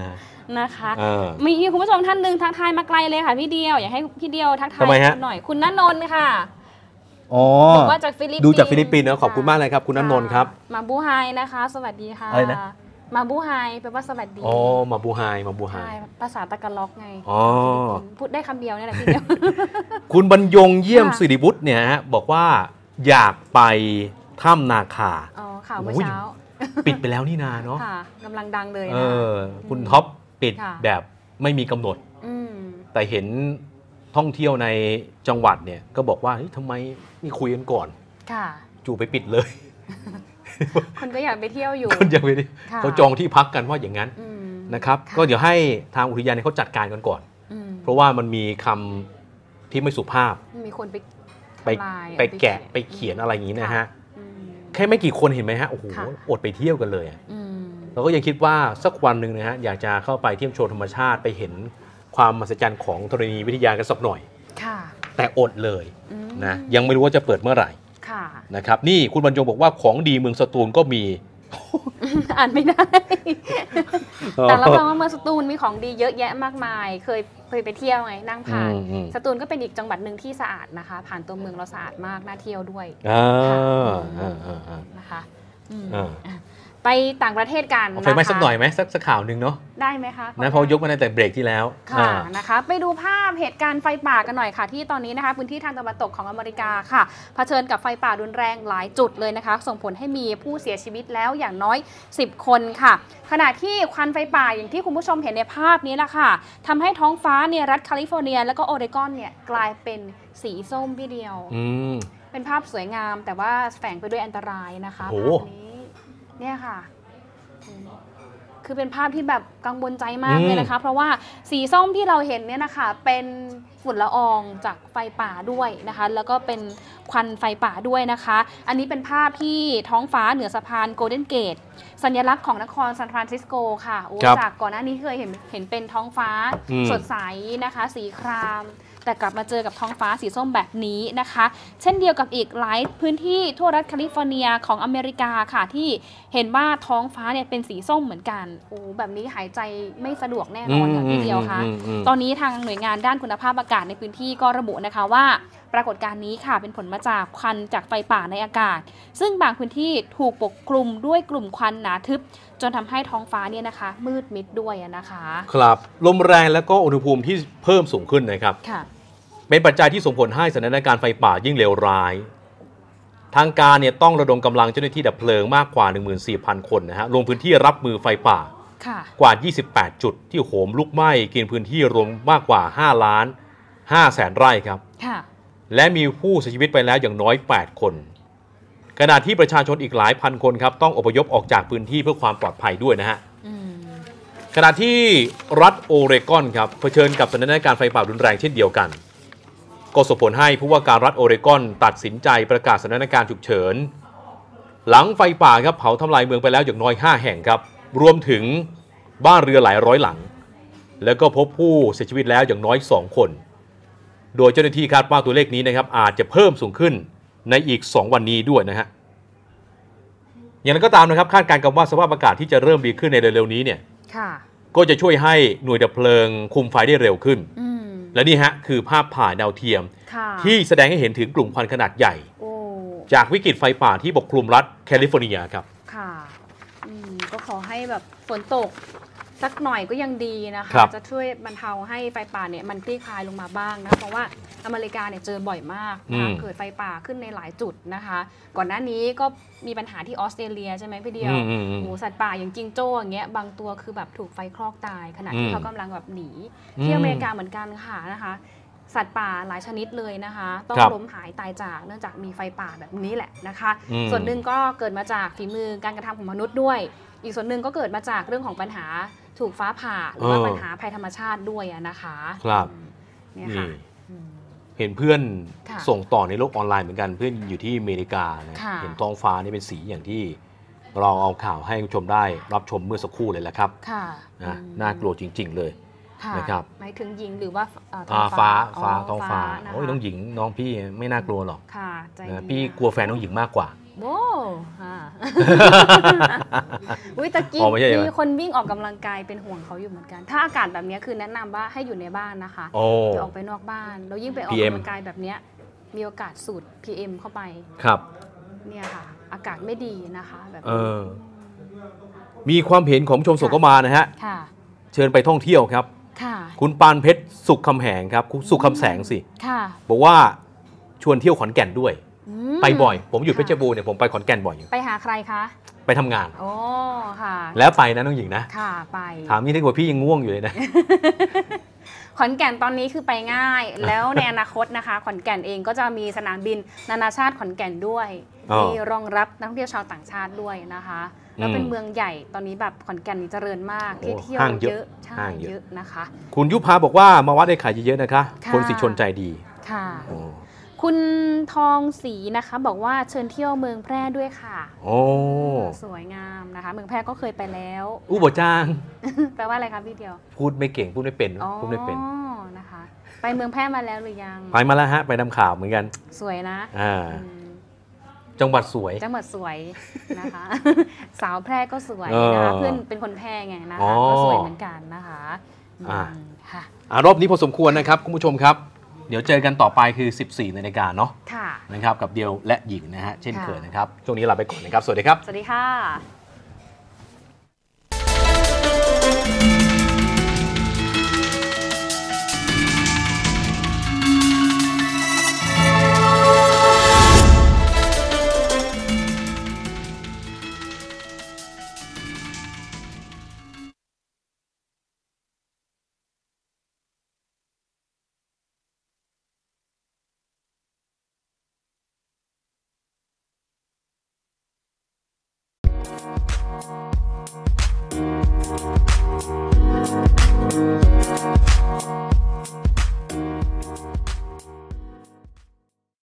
นะ
นะคะ
เออ
มีคุณผู้ชมท่านหนึ่งทักทายมาไกลเลยค่ะพี่เดียว อยากให้พี่เดียวทักทาย
ทำไมฮะ
หน่อยคุณณนนท์ค่ะ
อ๋อ
บอกว่าจากฟิลิปปินส์
ดูจากฟิลิปปินส์นะขอบคุณมากเลยครับคุณณนนท์ครับ
มาบูไฮนะคะ สวัสดีค่ะ
อะไรนะ
มาบูไฮแปลว่าสวัสดี
อ๋อ มาบูไฮมาบูไฮ
ใช่ภาษาตะกันล็อกไง
อ๋อ
พูดได้คำเดียวเนี่ยแหละ
<laughs>
พี่เดียว
คุณบรรยงเยี่ยม
ค่ะ
สิริวุฒิเนี่ยฮะบอกว่าอยากไปถ้ำนาคา
อ๋อข่าวเมื่อ
โอ้ย
เช้า
ปิดไปแล้วนี่นาเนาะ
ค่ะกำลังดังเลย
เอ
นะ
อ คุณ
อืม
ท็อปปิด
ค่ะ
แบบไม่มีกำหนด
อืม
แต่เห็นท่องเที่ยวในจังหวัดเนี่ย ก็บอกว่าเฮ้ยทำไมไม่คุยกันก่อน
ค่ะ
จู่ไปปิดเลย
คนก็อยากไปเที่ยวอยู่
คนยังไม่ได้
ค่ะ
เขาจองที่พักกันว่าอย่างนั้น
อืม
นะครับ ก็เดี๋ยวให้ทางอุทยานเนี่ยเขาจัดการกันก่อน
อืม
เพราะว่ามันมีคำที่ไม่สุภาพ
มีคนไป
ไป
ทำลาย
ไปแกะไปเขียนอะไรอย่างนี้นะฮะ
อืม
แค่ไม่กี่คนเห็นไหมฮะ โอ้โห
ค่ะ
อดไปเที่ยวกันเลยอะ
อืม
เราก็ยังคิดว่าสักวันหนึ่งนะฮะ อยากจะเข้าไปเที่ยมชมธรรมชาติไปเห็นความมหัศจรรย์ของธรณีวิทยากันสักหน่อย
ค่ะ
แต่อดเลย
อืม
นะ ยังไม่รู้ว่าจะเปิดเมื่อไหร่
ค่ะ <laughs>
นะครับ นี่คุณบรรจงบอกว่าของดีเมืองสตูลก็มี
อ่านไม่ได้ แต่รับรองว่าเมืองสตูลมีของดีเยอะแยะมากมาย เคยเคยไปเที่ยวไงนั่ง
อื
ผ่าน
มอืม
สตูลก็เป็นอีกจังหวัดหนึ่งที่สะอาดนะคะ ผ่านตัวเมืองเราสะอาดมากน่าเที่ยวด้วย
อ่า
ค่ะ
อ่าอ่าอ่า
นะคะอืม
อ่า
ไปต่างประเทศกัน
เอา
นะ
ไฟไหม้
คะ
สักหน่อยไหมสักสักข่าวหนึ่งเนาะ
ได้ไหมคะ
นะเพอยกมาในแต่เบรกที่แล้ว
ค่ะ
อ่า
นะคะ ไปดูภาพเหตุการณ์ไฟป่ากันหน่อยค่ะ ที่ตอนนี้นะคะ พื้นที่ทางตะวันตกของอเมริกาค่ะเผชิญกับไฟป่ารุนแรงหลายจุดเลยนะคะ ส่งผลให้มีผู้เสียชีวิตแล้วอย่างน้อย 10 คนค่ะ ขณะที่ควันไฟป่าอย่างที่คุณผู้ชมเห็นในภาพนี้แหละค่ะทำให้ท้องฟ้าในรัฐแคลิฟอร์เนีย และก็โอเรกอนเนี่ยกลายเป็นสีส้มพี่เดียว
อืม
เป็นภาพสวยงามแต่ว่าแฝงไปด้วยอันตรายนะคะ
โอ้
ภา
โห
พนี้เนี่ยค่ะ คือเป็นภาพที่แบบกังวลใจมาก
อืม
เลยนะคะ เพราะว่าสีส้มที่เราเห็นเนี่ยนะคะ เป็นฝุ่นละอองจากไฟป่าด้วยนะคะ แล้วก็เป็นควันไฟป่าด้วยนะคะ อันนี้เป็นภาพที่ท้องฟ้าเหนือสะพานโกลเด้นเกต สัญลักษณ์ของนครซานฟรานซิสโกค่ะโอ้
ครับ
จากก่อนหน้านี้เคยเห็นเห็นเป็นท้องฟ้า
อืม
สดใสนะคะ สีคราม แต่กลับมาเจอกับท้องฟ้าสีส้มแบบนี้นะคะ เช่นเดียวกับอีกหลายพื้นที่ทั่วรัฐแคลิฟอร์เนียของอเมริกาค่ะที่เห็นว่าท้องฟ้าเนี่ยเป็นสีส้มเหมือนกันโอ้แบบนี้หายใจไม่สะดวกแน่นอนค่ะพี่เดียวค่ะ
อืมอืมอืม
ตอนนี้ทางหน่วยงานด้านคุณภาพอากาศในพื้นที่ก็ระบุนะคะว่า ปรากฏการณ์นี้ค่ะเป็นผลมาจากควันจากไฟป่าในอากาศ ซึ่งบางพื้นที่ถูกปกคลุมด้วยกลุ่มควันหนาทึบ จนทำให้ท้องฟ้าเนี่ยนะคะ มืดมิดด้วยอะนะคะ
ครับลมแรงแล้วก็อุณหภูมิที่เพิ่มสูงขึ้นนะครับ
ค่ะ
เป็นปัจจัยที่ส่งผลให้สถานการณ์ไฟป่ายิ่งเลวร้าย ทางการเนี่ยต้องระดมกำลังเจ้าหน้าที่ดับเพลิงมากกว่า 14,000 คนนะฮะลงพื้นที่รับมือไฟป่า
ค่ะ
กว่า 28 จุดที่โหมลุกไหม้กินพื้นที่รวมมากกว่า 5 ล้าน5แสนไร่ครับ
ค่ะ
และมีผู้เสียชีวิตไปแล้วอย่างน้อย 8 คน ขณะที่ประชาชนอีกหลายพันคนครับต้องอพยพออกจากพื้นที่เพื่อความปลอดภัยด้วยนะฮะ
อืม
ขณะที่รัฐโอเรกอนครับเผชิญกับสถานการณ์ไฟป่ารุนแรงเช่นเดียวกัน ก็ส่งผลให้ผู้ว่าการรัฐโอเรกอนตัดสินใจประกาศสถานการณ์ฉุกเฉิน หลังไฟป่าครับเผาทำลายเมืองไปแล้วอย่างน้อย 5 แห่งครับ รวมถึงบ้านเรือหลายร้อยหลัง แล้วก็พบผู้เสียชีวิตแล้วอย่างน้อย 2 คน โดยเจ้าหน้าที่คาดว่าตัวเลขนี้นะครับอาจจะเพิ่มสูงขึ้นในอีก 2 วันนี้ด้วยนะฮะอย่างไรก็ตามนะครับคาดการณ์กันว่าสภาพอากาศที่จะเริ่มดีขึ้นในเร็วๆนี้เนี่ย
ค่ะ
ก็จะช่วยให้หน่วยดับเพลิงคุมไฟได้เร็วขึ้น
อืม
และนี่ฮะ คือภาพถ่ายดาวเทียม
ค่ะ
ที่แสดงให้เห็นถึงกลุ่มควันขนาดใหญ่
โอ้
จากวิกฤตไฟป่าที่ปกคลุมรัฐแคลิฟอร์เนียครับ
ค่ะ อืม ก็ขอให้แบบฝนตก สักหน่อยก็ยังดีนะคะ
ครับ
จะช่วยบรรเทาให้ไฟป่าเนี่ยมันคลี่คลายลงมาบ้างนะคะเพราะว่าอเมริกาเนี่ยเจอบ่อยมากนะคะ
อืม
เกิดไฟป่าขึ้นในหลายจุดนะคะ ก่อนหน้านี้ก็มีปัญหาที่ออสเตรเลียใช่ไหมพี่เดียว
อืมอืมอืม
หมูสัตว์ป่าอย่างจิงโจ้อย่างเงี้ยบางตัวคือแบบถูกไฟคลอกตายขณะที่
อืม
เขากำลังแบบหนี
อืม
ที่อเมริกาเหมือนกันค่ะนะคะ สัตว์ป่าหลายชนิดเลยนะคะ ต้อง
ครับ
ล้มหายตายจากเนื่องจากมีไฟป่าแบบนี้แหละนะคะ
อืม
ส่วนหนึ่ง ก็เกิดมาจากฝีมือการกระทำของมนุษย์ด้วย อีกส่วนหนึ่งก็เกิดมาจากเรื่องของปัญหาถูกฟ้าผ่าหรือว่า
เออ
ปัญหาภัยธรรมชาติด้วยอะนะคะ
ครับ
เนี่ยค่ะ อืม
เห็นเพื่อน
ค่ะ
ส่งต่อในโลกออนไลน์เหมือนกันเพื่อนอยู่ที่อเมริกานะ
ค่ะ
เห็นท้องฟ้านี่เป็นสีอย่างที่ เราเอาข่าวให้คุณผู้ชมได้รับชมเมื่อสักครู่เลยแหละครับ
ค่ะ
นะ
อืม
น่ากลัวจริง ๆ เลย
ค่ะ
นะครับ
หมายถึงหญิงหรือว่าเอ่อท้
อ่างฟ้าฟ้าท้องฟ้า
นะคะ
โอ้ยน้องหญิงน้องพี่ไม่น่ากลัวหรอก
ค่ะใจดี
นะพี่
ค่ะ
กลัวแฟนน้องหญิงมากกว่า
โว้
<laughs>
ค่ะ อุ้ยตะกี้
อ๋อไม่ใช่เหรอ
มีคนวิ่งออกกำลังกายเป็นห่วงเขาอยู่เหมือนกัน ถ้าอากาศแบบเนี้ยคือแนะนำว่าให้อยู่ในบ้านนะคะ
โอ้
อย่าออกไปนอกบ้าน แล้วยิ่งไปออก
PM
กำลังกายแบบเนี้ยมีโอกาสสูด PM เข้าไป
ครับ
เนี่ยค่ะ อากาศไม่ดีนะคะ แบบ
เอ
นี้
อ มีความเห็นของผู้ชมส่งเข้ามานะฮะ
ค่ะ
เชิญไปท่องเที่ยวครับ
ค่ะ
คุณปานเพชรสุขคำแหงครับคุณสุขคำแสงสิ
ค่ะ
บอกว่าชวนเที่ยวขอนแก่นด้วย
อืม
ไปบ่อย ผมอยู่เพชรบูรณ์เนี่ยผมไปขอนแก่นบ่อยอยู่
ไปหาใครคะ
ไปทำงาน
โอ้ค่ะ
แล้วไปนะน้องหญิงนะ
ค่ะไป
ถามนี่ได้กว่าพี่ยังง่วงอยู่เลยนะ
<laughs> ขอนแก่นตอนนี้คือไป
<laughs>
ง่าย แล้วในอนาคตนะคะ ขอนแก่นเองก็จะมีสนามบินนานาชาติขอนแก่นด้วย
อ๋อ
ที่รองรับนักท่องเที่ยวชาวต่างชาติด้วยนะคะ แล้วเป็น
อืม
เมืองใหญ่ตอนนี้แบบขอนแก่นนี่เจริญมาก
โอ้
ที่เที่ยว
ห้างเยอะ
เยอะใช่
ห้างเยอะ
เยอะนะคะ
คุณยุพาบอกว่ามาวัดได้ขายเยอะๆนะคะ
ค่ะ
คนสิชนใจดี
ค่ะ
โอ้
คุณทองศรีนะคะ บอกว่าเชิญเที่ยวเมืองแพร่ด้วยค่ะ
โอ้
สวยงามนะคะ เมืองแพร่ก็เคยไปแล้ว
อู้บจาง
<laughs> แปลว่าอะไรคะพี่เดียว
พูดไม่เก่งพูดไม่เป็น
อ๋อ
พูดไม่เป็น
นะคะ ไปเมืองแพร่มาแล้วหรือยัง
ไปมาแล้วฮะไปนำข่าวเหมือนกัน
สวยนะ
อ่า
อืม
จังหวัดสวย
จังหวัดสวยนะคะ
<laughs>
สาวแพร่ก็สวย
เออ
นะคะเพื่อนเป็นคนแพร่ไงนะ
อ๋อ
คะก็สวยเหมือนกันนะคะอืม
อ่า
ค่ะ
อ่ารอบนี้พอสมควรนะครับคุณผู้ชมครับ เดี๋ยวเจอกันต่อไปคือ 14นาฬิกาเนาะ
ค่ะ
นะครับกับเดียวและหญิงนะฮะเช่น
ค่ะ
เคยนะครับ ช่วงนี้ลาไปก่อนนะครับ สวัสดีครับ
สวัสดีค่ะ
「